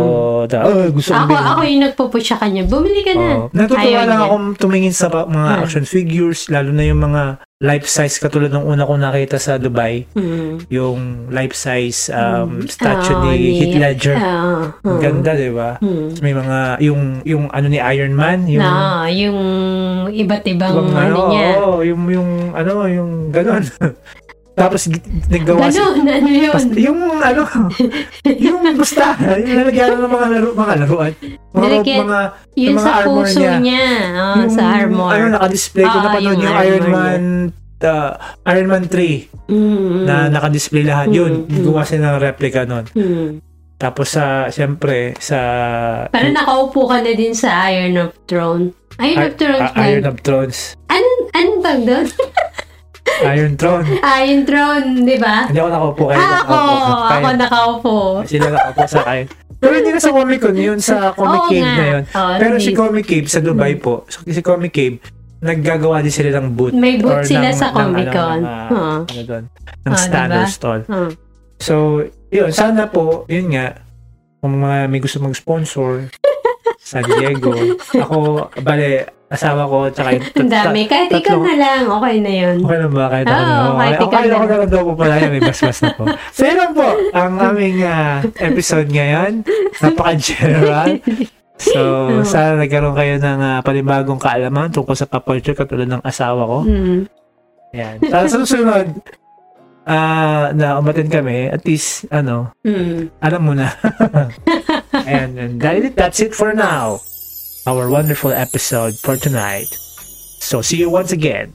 S1: da, oh, gusto kong
S2: Ako,
S1: bilhin.
S2: ako yung nagpupush sa kanya. Bumili ka na.
S1: Oo. natutuwa
S2: Ayaw
S1: lang
S2: niya.
S1: akong tumingin sa pa- mga
S2: Ah.
S1: action figures, lalo na yung mga life size katulad ng una kong nakita sa Dubai,
S2: Mm.
S1: yung life size um,
S2: Mm.
S1: statue
S2: Oo,
S1: ni
S2: ni-
S1: Heath Ledger.
S2: Oo.
S1: Ang
S2: oo.
S1: ganda, di ba?
S2: Mm.
S1: May mga, yung, yung ano ni Iron Man, yung,
S2: Na, yung iba't ibang
S1: ibang
S2: ano niya.
S1: oo, yung, yung, ano, yung ganon. Tapos, gi- naggawa si-
S2: Ganun, ano yun?
S1: Basta, yung ano, yung basta, yung lalagyan ng mga laro, mga laruan. Mga,
S2: Nilagyan-
S1: mga,
S2: Yun
S1: mga
S2: sa
S1: armor
S2: puso
S1: niya.
S2: niya. Oo, sa armor.
S1: Ano, nakadisplay ko
S2: Oo,
S1: na panood
S2: yung
S1: yung
S2: armor
S1: Iron
S2: niya.
S1: Man, uh, Iron Man 3
S2: Mm,
S1: na nakadisplay lahat yun.
S2: Mm, mm.
S1: Gawa sila ng replica nun.
S2: mm.
S1: Tapos sa, siyempre, sa Hmm.
S2: Pero nakaupo ka na din sa Iron of Throne. Iron
S1: Ar-
S2: of Throne
S1: ah,
S2: ba?
S1: Iron of Thrones.
S2: Ano, ano bag doon?
S1: Iron Throne.
S2: Iron Throne, di ba?
S1: Hindi ako nakaupo kayo.
S2: Ah, ako, ako
S1: kayo.
S2: nakaupo.
S1: Sila nakaupo sa akin. Pero hindi na sa Comic Con yun, sa Comic
S2: Oo
S1: Cave
S2: nga. Mm.
S1: na yun.
S2: Oo,
S1: Pero si
S2: hindi.
S1: Comic Cave sa Dubai po, si Comic Cave, naggagawa din sila ng booth.
S2: May
S1: or
S2: booth sila
S1: ng-
S2: sa
S1: ng
S2: Comic-Con.
S1: Ano, ng,
S2: Oo.
S1: ah, ano doon, ng
S2: Mm. Ah,
S1: stand or
S2: diba?
S1: stall.
S2: Ah,
S1: So, yun, sana po, yun nga, kung mga may gusto mag-sponsor sa Diego, ako, bale, asawa ko, tsaka yung
S2: Ang dami. Ah, Kahit ikaw
S1: tatlong-
S2: na lang, okay na yun.
S1: Okay lang ba? Kahit ako
S2: Oo,
S1: na.
S2: kahit
S1: Okay,
S2: ikaw
S1: okay,
S2: na.
S1: ako na lang daw po pala yan. May basbas na po. So, yun lang po ang aming ah, episode ngayon. Napaka-general. So, sana nagkaroon kayo ng ah, panibagong kaalaman tungkol sa pop culture katulad ng asawa ko.
S2: Mm.
S1: Ayan. Para sa susunod, ah, na umatin kami, at least, ano,
S2: Mm.
S1: alam mo na. and, and dahil that's it for now. Our wonderful episode for tonight. So, see you once again.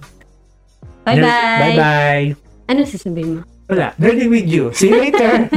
S2: Bye-bye.
S1: Bye-bye.
S2: Ano sasabihin mo?
S1: Wala. Nerding with you. See you later.